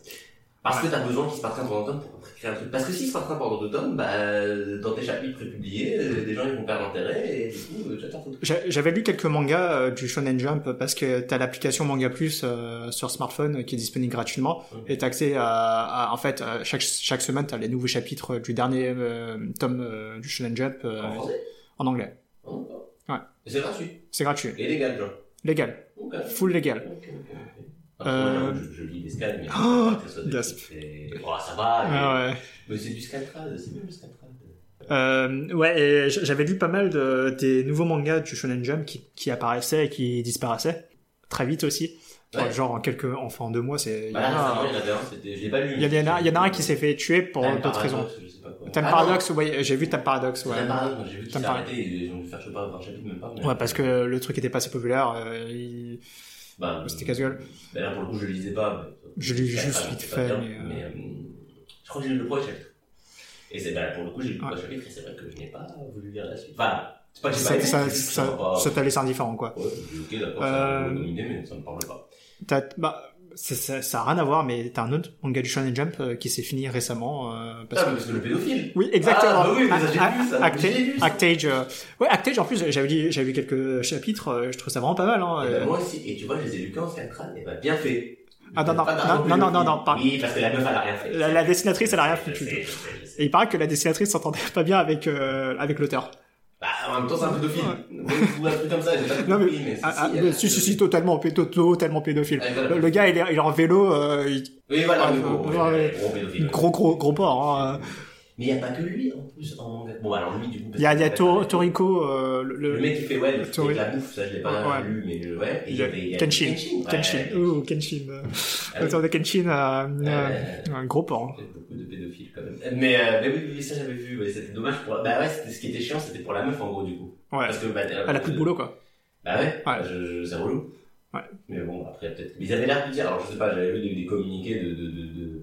Speaker 2: Parce que t'as besoin qu'il se partage pendant deux tomes pour créer un truc. Parce que s'il se partage pendant deux tomes, bah, euh, dans tes chapitres prépubliés, euh, des gens ils vont perdre l'intérêt et du coup, euh, tu vas t'en foutre.
Speaker 1: j'a- j'avais lu quelques mangas euh, du Shonen Jump parce que t'as l'application Manga Plus euh, sur smartphone qui est disponible gratuitement et t'as accès à, à- en fait à chaque chaque semaine t'as les nouveaux chapitres du dernier euh, tome euh, du Shonen Jump euh,
Speaker 2: En français
Speaker 1: en anglais.
Speaker 2: Non, non.
Speaker 1: Ouais.
Speaker 2: Et C'est gratuit.
Speaker 1: C'est gratuit,
Speaker 2: Et légal, genre.
Speaker 1: légal,
Speaker 2: Ok.
Speaker 1: full légal.
Speaker 2: Ok, ok, ok.
Speaker 1: Euh,
Speaker 2: Enfin, je, je lis des scans, mais
Speaker 1: [gasps] Oh,
Speaker 2: que ce soit des
Speaker 1: gasp.
Speaker 2: trucs, c'est- Oh, ça va, mais,
Speaker 1: Ah ouais.
Speaker 2: mais c'est du scaltrade, c'est même du scaltrade.
Speaker 1: Euh, ouais, et j- j'avais lu pas mal de, des nouveaux mangas du Shonen Jump qui, qui apparaissaient et qui disparaissaient très vite aussi. Enfin,
Speaker 2: Ouais.
Speaker 1: genre en quelques, enfin en deux mois, c'est. il y en
Speaker 2: Bah, là,
Speaker 1: a-
Speaker 2: récemment, il y en avait un, c'était, je l'ai pas lu.
Speaker 1: Il y, en a- il y en a- il y en a un qui s'est fait tuer pour
Speaker 2: Time
Speaker 1: d'autres raisons.
Speaker 2: Paradox, je sais pas quoi.
Speaker 1: Time
Speaker 2: bah, Ah,
Speaker 1: Paradox, ouais, j'ai vu Time Paradox,
Speaker 2: non,
Speaker 1: ouais.
Speaker 2: Time Paradox, moi, j'ai vu qu'il
Speaker 1: Time
Speaker 2: s'est
Speaker 1: Paradox.
Speaker 2: arrêté, ils ont dû faire, je sais pas, 20 chapitres, même pas. mais-
Speaker 1: Ouais, parce que le truc était pas assez populaire, euh, il-
Speaker 2: Bah,
Speaker 1: c'était casual.
Speaker 2: bah, là, pour le coup, je le lisais pas. mais-
Speaker 1: Je l'ai juste
Speaker 2: Enfin,
Speaker 1: vite
Speaker 2: c'est pas
Speaker 1: fait,
Speaker 2: bien,
Speaker 1: mais, euh,
Speaker 2: euh, je crois que j'ai lu le premier chapitre. Et c'est, bah, pour le coup, j'ai lu le
Speaker 1: Ouais.
Speaker 2: premier chapitre, et c'est vrai que je n'ai pas voulu lire la suite. Enfin, C'est pas que j'ai
Speaker 1: euh,
Speaker 2: pas
Speaker 1: Ça,
Speaker 2: aimé,
Speaker 1: ça,
Speaker 2: c'est juste que
Speaker 1: ça-
Speaker 2: m'a pas-
Speaker 1: ça t'a laissé indifférent, quoi.
Speaker 2: Ouais, je dis, ok, d'accord, ça
Speaker 1: Euh,
Speaker 2: me donne une idée, mais ça me parle pas.
Speaker 1: T'as, bah, ça, ça, ça a rien à voir, mais t'as un autre manga du Shonen Jump euh, qui s'est fini récemment. euh, parce
Speaker 2: Ah, mais
Speaker 1: que...
Speaker 2: parce que le pédophile
Speaker 1: Oui, exactement.
Speaker 2: Ah, bah oui, mais ça, j'ai
Speaker 1: A-
Speaker 2: vu, ça,
Speaker 1: A- Acta-
Speaker 2: j'ai vu ça.
Speaker 1: Actage, euh, ouais, Actage, en plus, j'avais lu, j'avais lu quelques chapitres, euh, je trouve ça vraiment pas mal, hein.
Speaker 2: Eh
Speaker 1: euh.
Speaker 2: ben, Moi aussi, et tu vois, je les ai lus qu'en scène crâne, et ben bien fait.
Speaker 1: Ah, non, non,
Speaker 2: Pas d'un
Speaker 1: non,
Speaker 2: gros
Speaker 1: non, non,
Speaker 2: pédophile.
Speaker 1: non, non, pardon.
Speaker 2: Oui, parce que la meuf, elle a rien fait.
Speaker 1: Euh, La- la dessinatrice, elle a rien fait
Speaker 2: Je
Speaker 1: du
Speaker 2: sais, je sais, je sais.
Speaker 1: Et il paraît que la dessinatrice s'entendait pas bien avec, euh, avec l'auteur.
Speaker 2: Bah, en même temps, c'est un pédophile. Ou un truc comme ça, j'ai pas
Speaker 1: Non, mais-
Speaker 2: compris, mais,
Speaker 1: Ah, ah,
Speaker 2: elle a-
Speaker 1: mais si, si, si, totalement, pédo- totalement pédophile.
Speaker 2: Ah, voilà.
Speaker 1: Le, le gars, il est, il est en vélo, euh, il-
Speaker 2: Oui, voilà,
Speaker 1: Ah,
Speaker 2: mais bon,
Speaker 1: ouais,
Speaker 2: ouais,
Speaker 1: ouais.
Speaker 2: gros pédophile.
Speaker 1: gros, gros, gros porc, hein.
Speaker 2: Mais il n'y a pas que lui, en plus, en manga. Bon, alors lui, du coup. parce
Speaker 1: Il y a, il y a
Speaker 2: que-
Speaker 1: Tor- Toriko, euh, le,
Speaker 2: Le mec qui fait, ouais, le truc
Speaker 1: Tori-
Speaker 2: avec la bouffe, ça, je l'ai pas
Speaker 1: Ouais.
Speaker 2: lu, mais euh, ouais. Et il y avait- il y avait
Speaker 1: Kenshin.
Speaker 2: ouais.
Speaker 1: Kenshin. Ouh, Kenshin. euh,
Speaker 2: Ah oui.
Speaker 1: Auteur de Kenshin, euh, euh,
Speaker 2: Ouais.
Speaker 1: un gros porc.
Speaker 2: Peut-être beaucoup de pédophiles quand même. Mais, euh, mais oui, oui, ça j'avais vu, ouais, c'était dommage pour la... Bah ouais, c'était- ce qui était chiant, c'était pour la meuf en gros du coup.
Speaker 1: hein. Ouais.
Speaker 2: Parce que bah, euh,
Speaker 1: Elle a plus de boulot, quoi.
Speaker 2: Bah ouais,
Speaker 1: Ouais.
Speaker 2: Je, je, c'est relou.
Speaker 1: Ouais.
Speaker 2: Mais bon, après peut-être. Mais ils avaient l'air de dire, alors je sais pas, j'avais lu des, des communiqués de. de, de, de-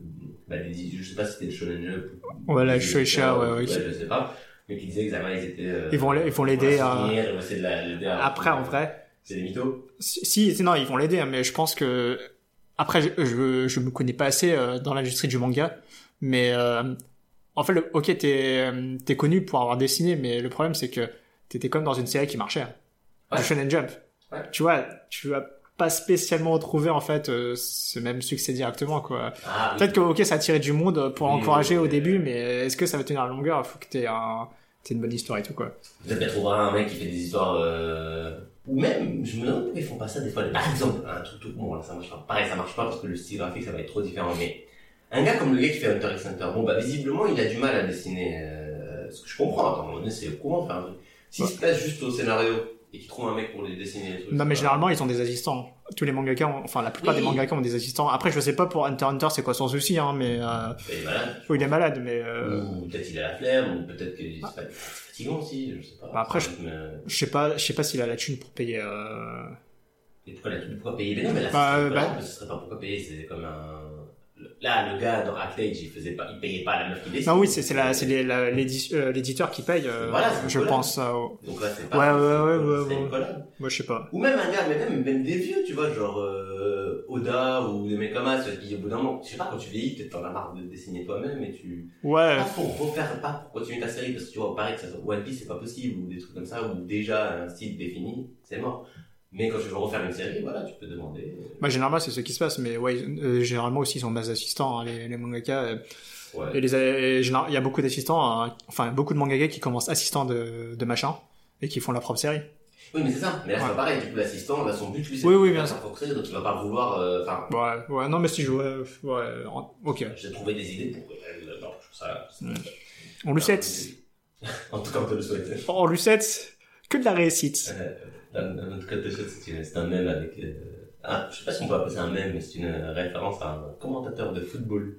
Speaker 2: bah, des, je sais pas si c'était le Shonen Jump. ou-
Speaker 1: Ouais, la
Speaker 2: des-
Speaker 1: Shueisha, ouais, ouais,
Speaker 2: ouais.
Speaker 1: ils-
Speaker 2: Je sais pas. Mais qui disaient que Zama, ils étaient. euh,
Speaker 1: Ils vont l'a- ils vont l'aider
Speaker 2: pour la
Speaker 1: à-
Speaker 2: soutenir, ils vont essayer de la- l'aider à.
Speaker 1: Après, en vrai,
Speaker 2: C'est des mythos.
Speaker 1: si, si- non, ils vont l'aider, hein, mais je pense que, après, je, je, je me connais pas assez euh, dans l'industrie du manga, mais, euh, en fait, le, ok, t'es, euh, t'es connu pour avoir dessiné, mais le problème, c'est que t'étais comme dans une série qui marchait. hein.
Speaker 2: Ouais.
Speaker 1: Du Shonen Jump.
Speaker 2: Ouais.
Speaker 1: Tu vois, tu vas pas spécialement trouver, en fait, euh, ce même succès directement, quoi.
Speaker 2: Ah, euh, oui.
Speaker 1: Peut-être que ok, ça a attiré du monde pour
Speaker 2: Oui,
Speaker 1: encourager
Speaker 2: oui,
Speaker 1: au
Speaker 2: oui.
Speaker 1: début, mais est-ce que ça va tenir à la longueur Il faut que t'aies un... t'aies une bonne histoire et tout quoi.
Speaker 2: Vous avez trouvé un mec qui fait des histoires. Euh... Ou même, je me demande pourquoi ils font pas ça des fois. Par exemple, un tout tout bon, là ça marche pas. Pareil, ça marche pas parce que le style graphique ça va être trop différent. Mais un gars comme le gars qui fait Hunter x Hunter, bon bah visiblement il a du mal à dessiner. Euh... Ce que je comprends, attends, à un moment donné, c'est courant de faire un truc. S'il se place juste au scénario et qu'il trouve un mec pour les dessiner les trucs. bah,
Speaker 1: Non mais
Speaker 2: c'est pas-
Speaker 1: généralement ils ont des assistants. Tous les mangaka, ont- enfin la plupart
Speaker 2: Oui.
Speaker 1: des mangaka ont des assistants. Après je sais pas pour Hunter x Hunter c'est quoi son souci, hein, mais euh...
Speaker 2: Bah, Il est malade.
Speaker 1: faut il est malade, mais euh...
Speaker 2: Ou peut-être il a la flemme, ou peut-être que c'est pas- c'est fatigant aussi, je sais pas.
Speaker 1: Bah, après,
Speaker 2: C'est un rythme, euh,
Speaker 1: je sais pas, je sais pas s'il a la thune pour payer. Euh...
Speaker 2: Et pourquoi, la- pourquoi payer Mais non, mais là,
Speaker 1: Bah,
Speaker 2: ce serait
Speaker 1: bah.
Speaker 2: pas- ce serait pas pourquoi payer, c'est comme un. Là, le gars dans Actage, il faisait pas, il payait pas la meuf qui dessine.
Speaker 1: Non Ah oui, c'est c'est la- c'est les- la- l'édi- euh, l'éditeur qui paye, euh,
Speaker 2: Voilà, c'est
Speaker 1: je
Speaker 2: voilà.
Speaker 1: pense. euh, au-
Speaker 2: Donc là, c'est pas.
Speaker 1: Ouais, ouais,
Speaker 2: c'est-
Speaker 1: ouais,
Speaker 2: c'est-
Speaker 1: ouais,
Speaker 2: c'est une
Speaker 1: ouais.
Speaker 2: collab.
Speaker 1: Moi je sais pas.
Speaker 2: Ou même un gars, mais même, même des vieux, tu vois, genre euh, Oda ou des mecs comme ça, ceux qui au bout d'un moment, je sais pas, quand tu vieillis, peut-être t'en as marre de dessiner toi-même et tu.
Speaker 1: Ouais.
Speaker 2: Pas pour refaire, pas pour continuer ta série, parce que tu vois, pareil, que ça soit One Piece, c'est pas possible, ou des trucs comme ça, ou déjà un style défini, c'est mort. Mais quand tu veux refaire une série, voilà, tu peux demander.
Speaker 1: Bah, généralement c'est ce qui se passe, mais ouais, euh, généralement aussi ils ont des assistants, hein, les, les mangaka. euh,
Speaker 2: Ouais.
Speaker 1: Et les, et général- il y a beaucoup d'assistants, hein, enfin beaucoup de mangaka qui commencent assistants de, de machin et qui font leur propre série.
Speaker 2: Oui, mais c'est ça. Mais là, c'est
Speaker 1: Ouais.
Speaker 2: pas pareil. Du coup, l'assistant, là, son but, lui, c'est
Speaker 1: Oui, oui,
Speaker 2: de
Speaker 1: bien
Speaker 2: faire
Speaker 1: sûr.
Speaker 2: sa propre série, donc il va pas vouloir, euh, enfin,
Speaker 1: Ouais, ouais, non mais si je ouais, ouais, en- ok.
Speaker 2: j'ai trouvé des idées pour, euh, non, je trouve ça, c'est-
Speaker 1: Mm. On lui souhaite,
Speaker 2: [laughs] En tout cas, on te le souhaite.
Speaker 1: on lui souhaite que de la réussite.
Speaker 2: Euh, En en tout cas, on te le souhaite, c'est une- c'est un mème avec, euh, ah, je sais pas si on peut appeler ça un mème, mais c'est une euh, référence à un commentateur de football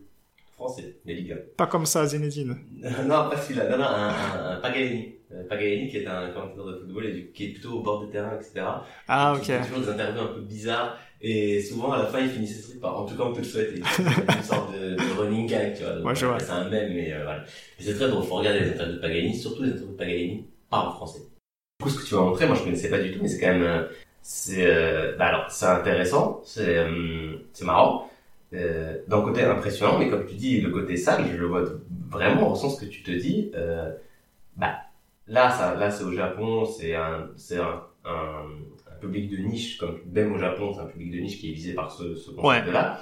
Speaker 2: français, des Ligue
Speaker 1: Pas comme ça Zinedine.
Speaker 2: [laughs] non, pas celui-là. Non, non, un, un, un Paganini. Euh, Paganini qui est un commentateur de football et du- qui est plutôt au bord de terrain, etc.
Speaker 1: Ah
Speaker 2: Qui
Speaker 1: ok.
Speaker 2: fait toujours des interviews un peu bizarres. Et souvent, à la fin, il finit ses trucs par en tout cas, on peut
Speaker 1: [laughs]
Speaker 2: le souhaiter. une sorte de, de running gag, tu vois. Donc,
Speaker 1: Ouais, je vois.
Speaker 2: C'est un mème, mais euh, voilà. Mais c'est très drôle. Faut regarder les interviews de Paganini, surtout les interviews de Paganini, pas en français. Du coup, ce que tu m'as montré, moi, je connaissais pas du tout, mais c'est quand même, euh, c'est, euh, bah alors, c'est intéressant, c'est, euh, c'est marrant. Euh, D'un côté impressionnant, mais comme tu dis, le côté sale, je le vois vraiment au sens que tu te dis, euh, bah, là, ça, là, c'est au Japon, c'est un, c'est un, un, un public de niche, comme même au Japon, c'est un public de niche qui est visé par ce, ce concept-là.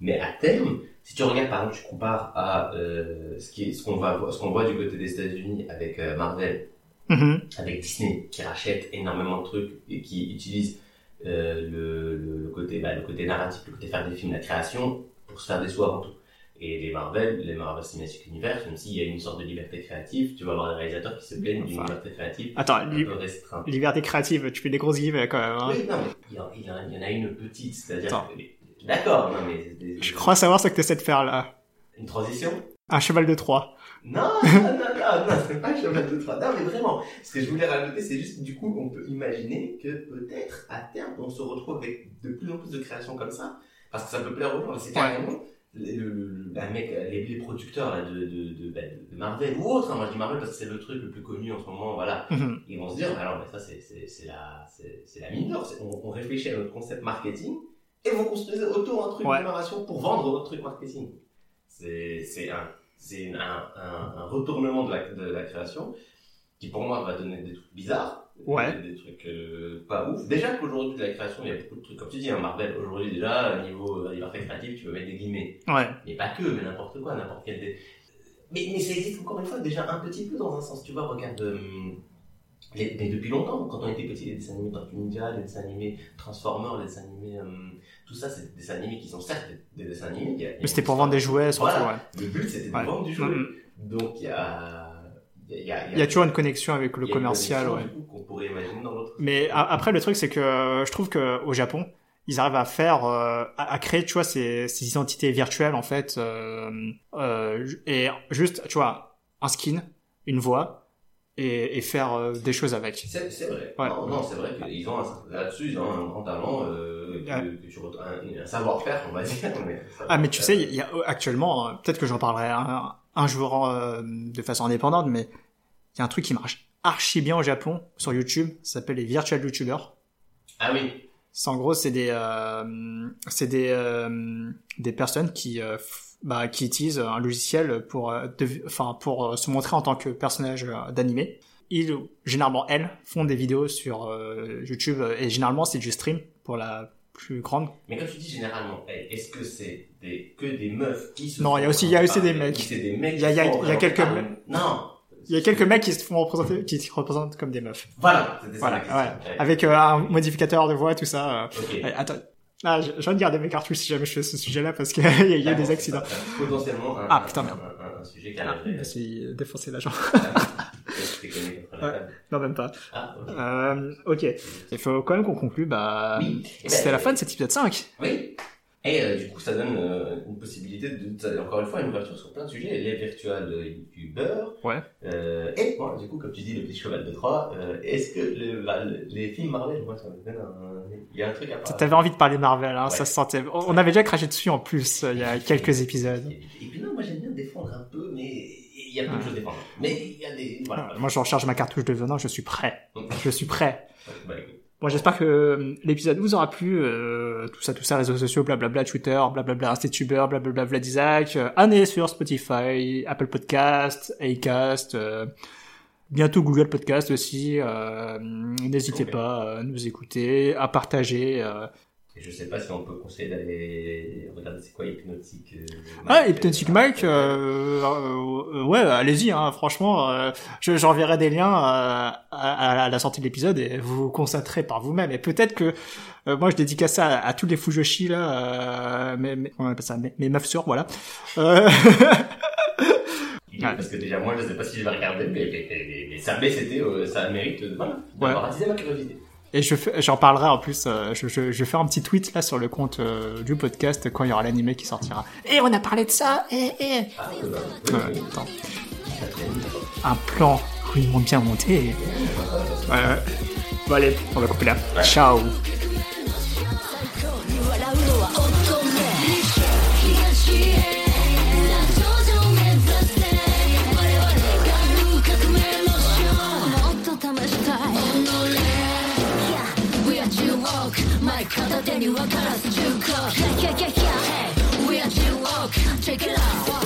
Speaker 2: Mais à terme, si tu regardes, par exemple, tu compares à euh, ce qui est, ce qu'on va, voir- ce qu'on voit du côté des États-Unis avec euh, Marvel,
Speaker 1: Mhm.
Speaker 2: avec Disney, qui rachète énormément de trucs et qui utilise euh, le, le, le côté, bah, le côté narratif, le côté faire des films, la création, pour se faire des sous avant tout. Et les Marvel, les Marvel Cinematic Universe, même s'il y a une sorte de liberté créative, tu vas avoir des réalisateurs qui se plaignent d'une
Speaker 1: Enfin,
Speaker 2: liberté créative
Speaker 1: Attends,
Speaker 2: un
Speaker 1: li-
Speaker 2: peu restreinte.
Speaker 1: liberté créative, tu fais des grosses guillemets quand même. hein.
Speaker 2: Oui, non, mais il y, en, il y en a- il y en a une petite, c'est-à-dire.
Speaker 1: Attends.
Speaker 2: que- mais- D'accord, non, mais. des-
Speaker 1: Je crois savoir ce que t'essaies de faire là.
Speaker 2: Une transition
Speaker 1: Un cheval de Troie.
Speaker 2: Non, non, non, non, non, c'est pas Cheval de Troie. Non, mais vraiment, ce que je voulais rajouter, c'est juste, du coup, on peut imaginer que peut-être, à terme, on se retrouve avec de plus en plus de créations comme ça, parce que ça peut plaire aux gens, et c'est
Speaker 1: Ouais.
Speaker 2: carrément. le- le- le- bah, mec, les, les producteurs là, de, de, de, bah, de Marvel ou autre, hein, moi je dis Marvel parce que c'est le truc le plus connu en ce moment, voilà.
Speaker 1: Mhm.
Speaker 2: Ils vont se dire, bah, alors, mais ça c'est- c'est c'est la, c'est- c'est la mine d'or. C'est- On, on réfléchit à notre concept marketing et vous construisez autour un truc
Speaker 1: Ouais.
Speaker 2: de narration pour vendre votre truc marketing. C'est c'est un, c'est une- un, un, un retournement de la, de la création qui pour moi va donner des trucs bizarres,
Speaker 1: Ouais.
Speaker 2: des, des trucs euh, pas ouf. Déjà qu'aujourd'hui de la création, il y a beaucoup de trucs comme tu dis, hein, Marvel aujourd'hui déjà niveau euh, liberté créative, tu peux mettre des guillemets,
Speaker 1: Ouais.
Speaker 2: mais pas que, mais n'importe quoi, n'importe quel. dé- Mais, mais ça existe encore une fois déjà un petit peu dans un sens, tu vois, regarde. euh, les- mais depuis longtemps, quand on était petit, les dessins animés Tortue Ninja, les dessins animés Transformers, les dessins animés, euh, tout ça, c'est des dessins animés qui sont certes des, des dessins animés. il y a- il y a
Speaker 1: Mais c'était
Speaker 2: une
Speaker 1: pour vendre des jouets, surtout,
Speaker 2: Voilà.
Speaker 1: ouais.
Speaker 2: le but c'était de
Speaker 1: Ouais.
Speaker 2: vendre du jeu.
Speaker 1: Mhm.
Speaker 2: Donc il y a. Il y a,
Speaker 1: Il y a toujours une connexion avec le
Speaker 2: il y a une
Speaker 1: commercial, ouais.
Speaker 2: connexion, du coup, Qu'on pourrait imaginer dans l'autre.
Speaker 1: Mais a- après, le truc, c'est que euh, je trouve que au Japon, ils arrivent à faire, euh, à, à créer, tu vois, ces, ces identités virtuelles en fait, euh, euh, ju- et juste, tu vois, un skin, une voix, et, et faire euh, des choses avec.
Speaker 2: C'est c'est vrai.
Speaker 1: Ouais.
Speaker 2: Non, non, c'est vrai qu'ils ont un- là-dessus, ils ont un grand talent, euh, que-
Speaker 1: Ouais.
Speaker 2: que tu retrouves- un, un savoir-faire, on va dire. mais-
Speaker 1: Ah, mais tu sais, il y a actuellement, euh, peut-être que j'en parlerai un, un jour euh, de façon indépendante, mais il y a un truc qui marche archi bien au Japon sur YouTube, ça s'appelle les virtual YouTubers.
Speaker 2: Ah oui.
Speaker 1: C'est en gros, c'est des, euh, c'est des, euh, des personnes qui, euh, f- bah, qui utilisent un logiciel pour, euh, dev- enfin, pour euh, se montrer en tant que personnage euh, d'animé. Ils, ou généralement elles, font des vidéos sur euh, YouTube euh, et généralement c'est du stream pour la plus grande.
Speaker 2: Mais quand tu dis généralement, hey, est-ce que c'est des, que des meufs qui se.
Speaker 1: Non, il y a
Speaker 2: font
Speaker 1: aussi- il y a aussi
Speaker 2: parler,
Speaker 1: des mecs.
Speaker 2: ou C'est des mecs
Speaker 1: Il y a- il y a-
Speaker 2: qui font
Speaker 1: il y a
Speaker 2: vraiment
Speaker 1: quelques
Speaker 2: parler Non.
Speaker 1: Il y a quelques mecs qui se font représenter, qui se représentent comme des meufs.
Speaker 2: Voilà, c'était
Speaker 1: Voilà,
Speaker 2: ça la question. Eh,
Speaker 1: Avec euh, un modificateur de voix, tout ça. euh.
Speaker 2: Ok.
Speaker 1: Ouais, attends. Ah, je, je regarde mes cartouches si jamais je fais ce sujet-là parce qu'il y a, [laughs] il y a
Speaker 2: D'accord,
Speaker 1: des accidents.
Speaker 2: c'est ça. Potentiellement un,
Speaker 1: Ah, putain, merde.
Speaker 2: un, un- un sujet qui
Speaker 1: Ah,
Speaker 2: arriverait.
Speaker 1: je me suis défoncé la jambe. [laughs]
Speaker 2: C'était connu contre la
Speaker 1: Ouais.
Speaker 2: table.
Speaker 1: Non, même pas.
Speaker 2: Ah, ok.
Speaker 1: Euh, ok. Il faut quand même qu'on conclue. Bah,
Speaker 2: Oui. Eh ben,
Speaker 1: c'était la fin de cet épisode 5.
Speaker 2: Oui. Et euh, du coup, ça donne euh, une possibilité de, ça- encore une fois, une ouverture sur plein de sujets. Les virtual euh, youtubeurs.
Speaker 1: Ouais.
Speaker 2: Euh, et bon, du coup, comme tu dis, le petit cheval de Troie. euh, Est-ce que le- bah, le- les films Marvel, moi, ça me donne un. Il y a un truc à part.
Speaker 1: T'avais envie de parler de Marvel, hein,
Speaker 2: Ouais.
Speaker 1: ça se sentait. On avait déjà craché dessus en plus euh, il y a quelques épisodes.
Speaker 2: Et, et puis non, moi, j'aime bien défendre un peu, mais il y a plein de
Speaker 1: Ouais.
Speaker 2: choses à défendre. Mais il y a des. Voilà.
Speaker 1: Ah. Moi, je recharge ma cartouche de venin, je suis prêt.
Speaker 2: Donc,
Speaker 1: Je suis prêt.
Speaker 2: bah, écoute.
Speaker 1: Bon, j'espère que euh, l'épisode vous aura plu. euh, tout ça, tout ça, réseaux sociaux, blablabla, Twitter, blablabla, Instatuber, blablabla, Vladisac. Euh, on est sur Spotify, Apple Podcast, Acast. euh, bientôt Google Podcast aussi. euh, N'hésitez
Speaker 2: Ok.
Speaker 1: pas à nous écouter, à partager. euh.
Speaker 2: Et je sais pas si on peut conseiller d'aller regarder c'est quoi Hypnotic. euh,
Speaker 1: Ah,
Speaker 2: Mike,
Speaker 1: et Hypnotic
Speaker 2: euh,
Speaker 1: Mike, euh, euh, ouais, allez-y, hein, franchement, euh, je- j'enverrai des liens euh, à, à, la sortie de l'épisode et vous vous constaterez par vous-même. Et peut-être que euh, moi, je dédicace ça à, à tous les Fujoshi là, euh, mes, mes, comment on appelle ça, mes, mes meufs sûres, voilà. Euh, [laughs]
Speaker 2: Parce que déjà, moi, je sais pas si je vais regarder, mais, mais, mais, mais ça, mais c'était, euh, ça mérite euh, voilà, d'avoir attisé ma curiosité.
Speaker 1: et je fais- j'en parlerai en plus. euh, je, je, je vais faire un petit tweet là sur le compte euh, du podcast quand il y aura l'animé qui sortira. Et on a parlé de ça. Et, et...
Speaker 2: Ah, euh,
Speaker 1: Ouais,
Speaker 2: oui,
Speaker 1: attends.
Speaker 2: oui.
Speaker 1: un plan rudement bien monté. Ouais, ouais. Bon, allez, on va couper là. Ciao.
Speaker 3: 笑うのは乙女東へ頂上目指せ我々が革命の章もっと試したい己 We are G-Walk マイク片手に分からず重厚 Yeah yeah yeah yeah Hey We are G-Walk Check it out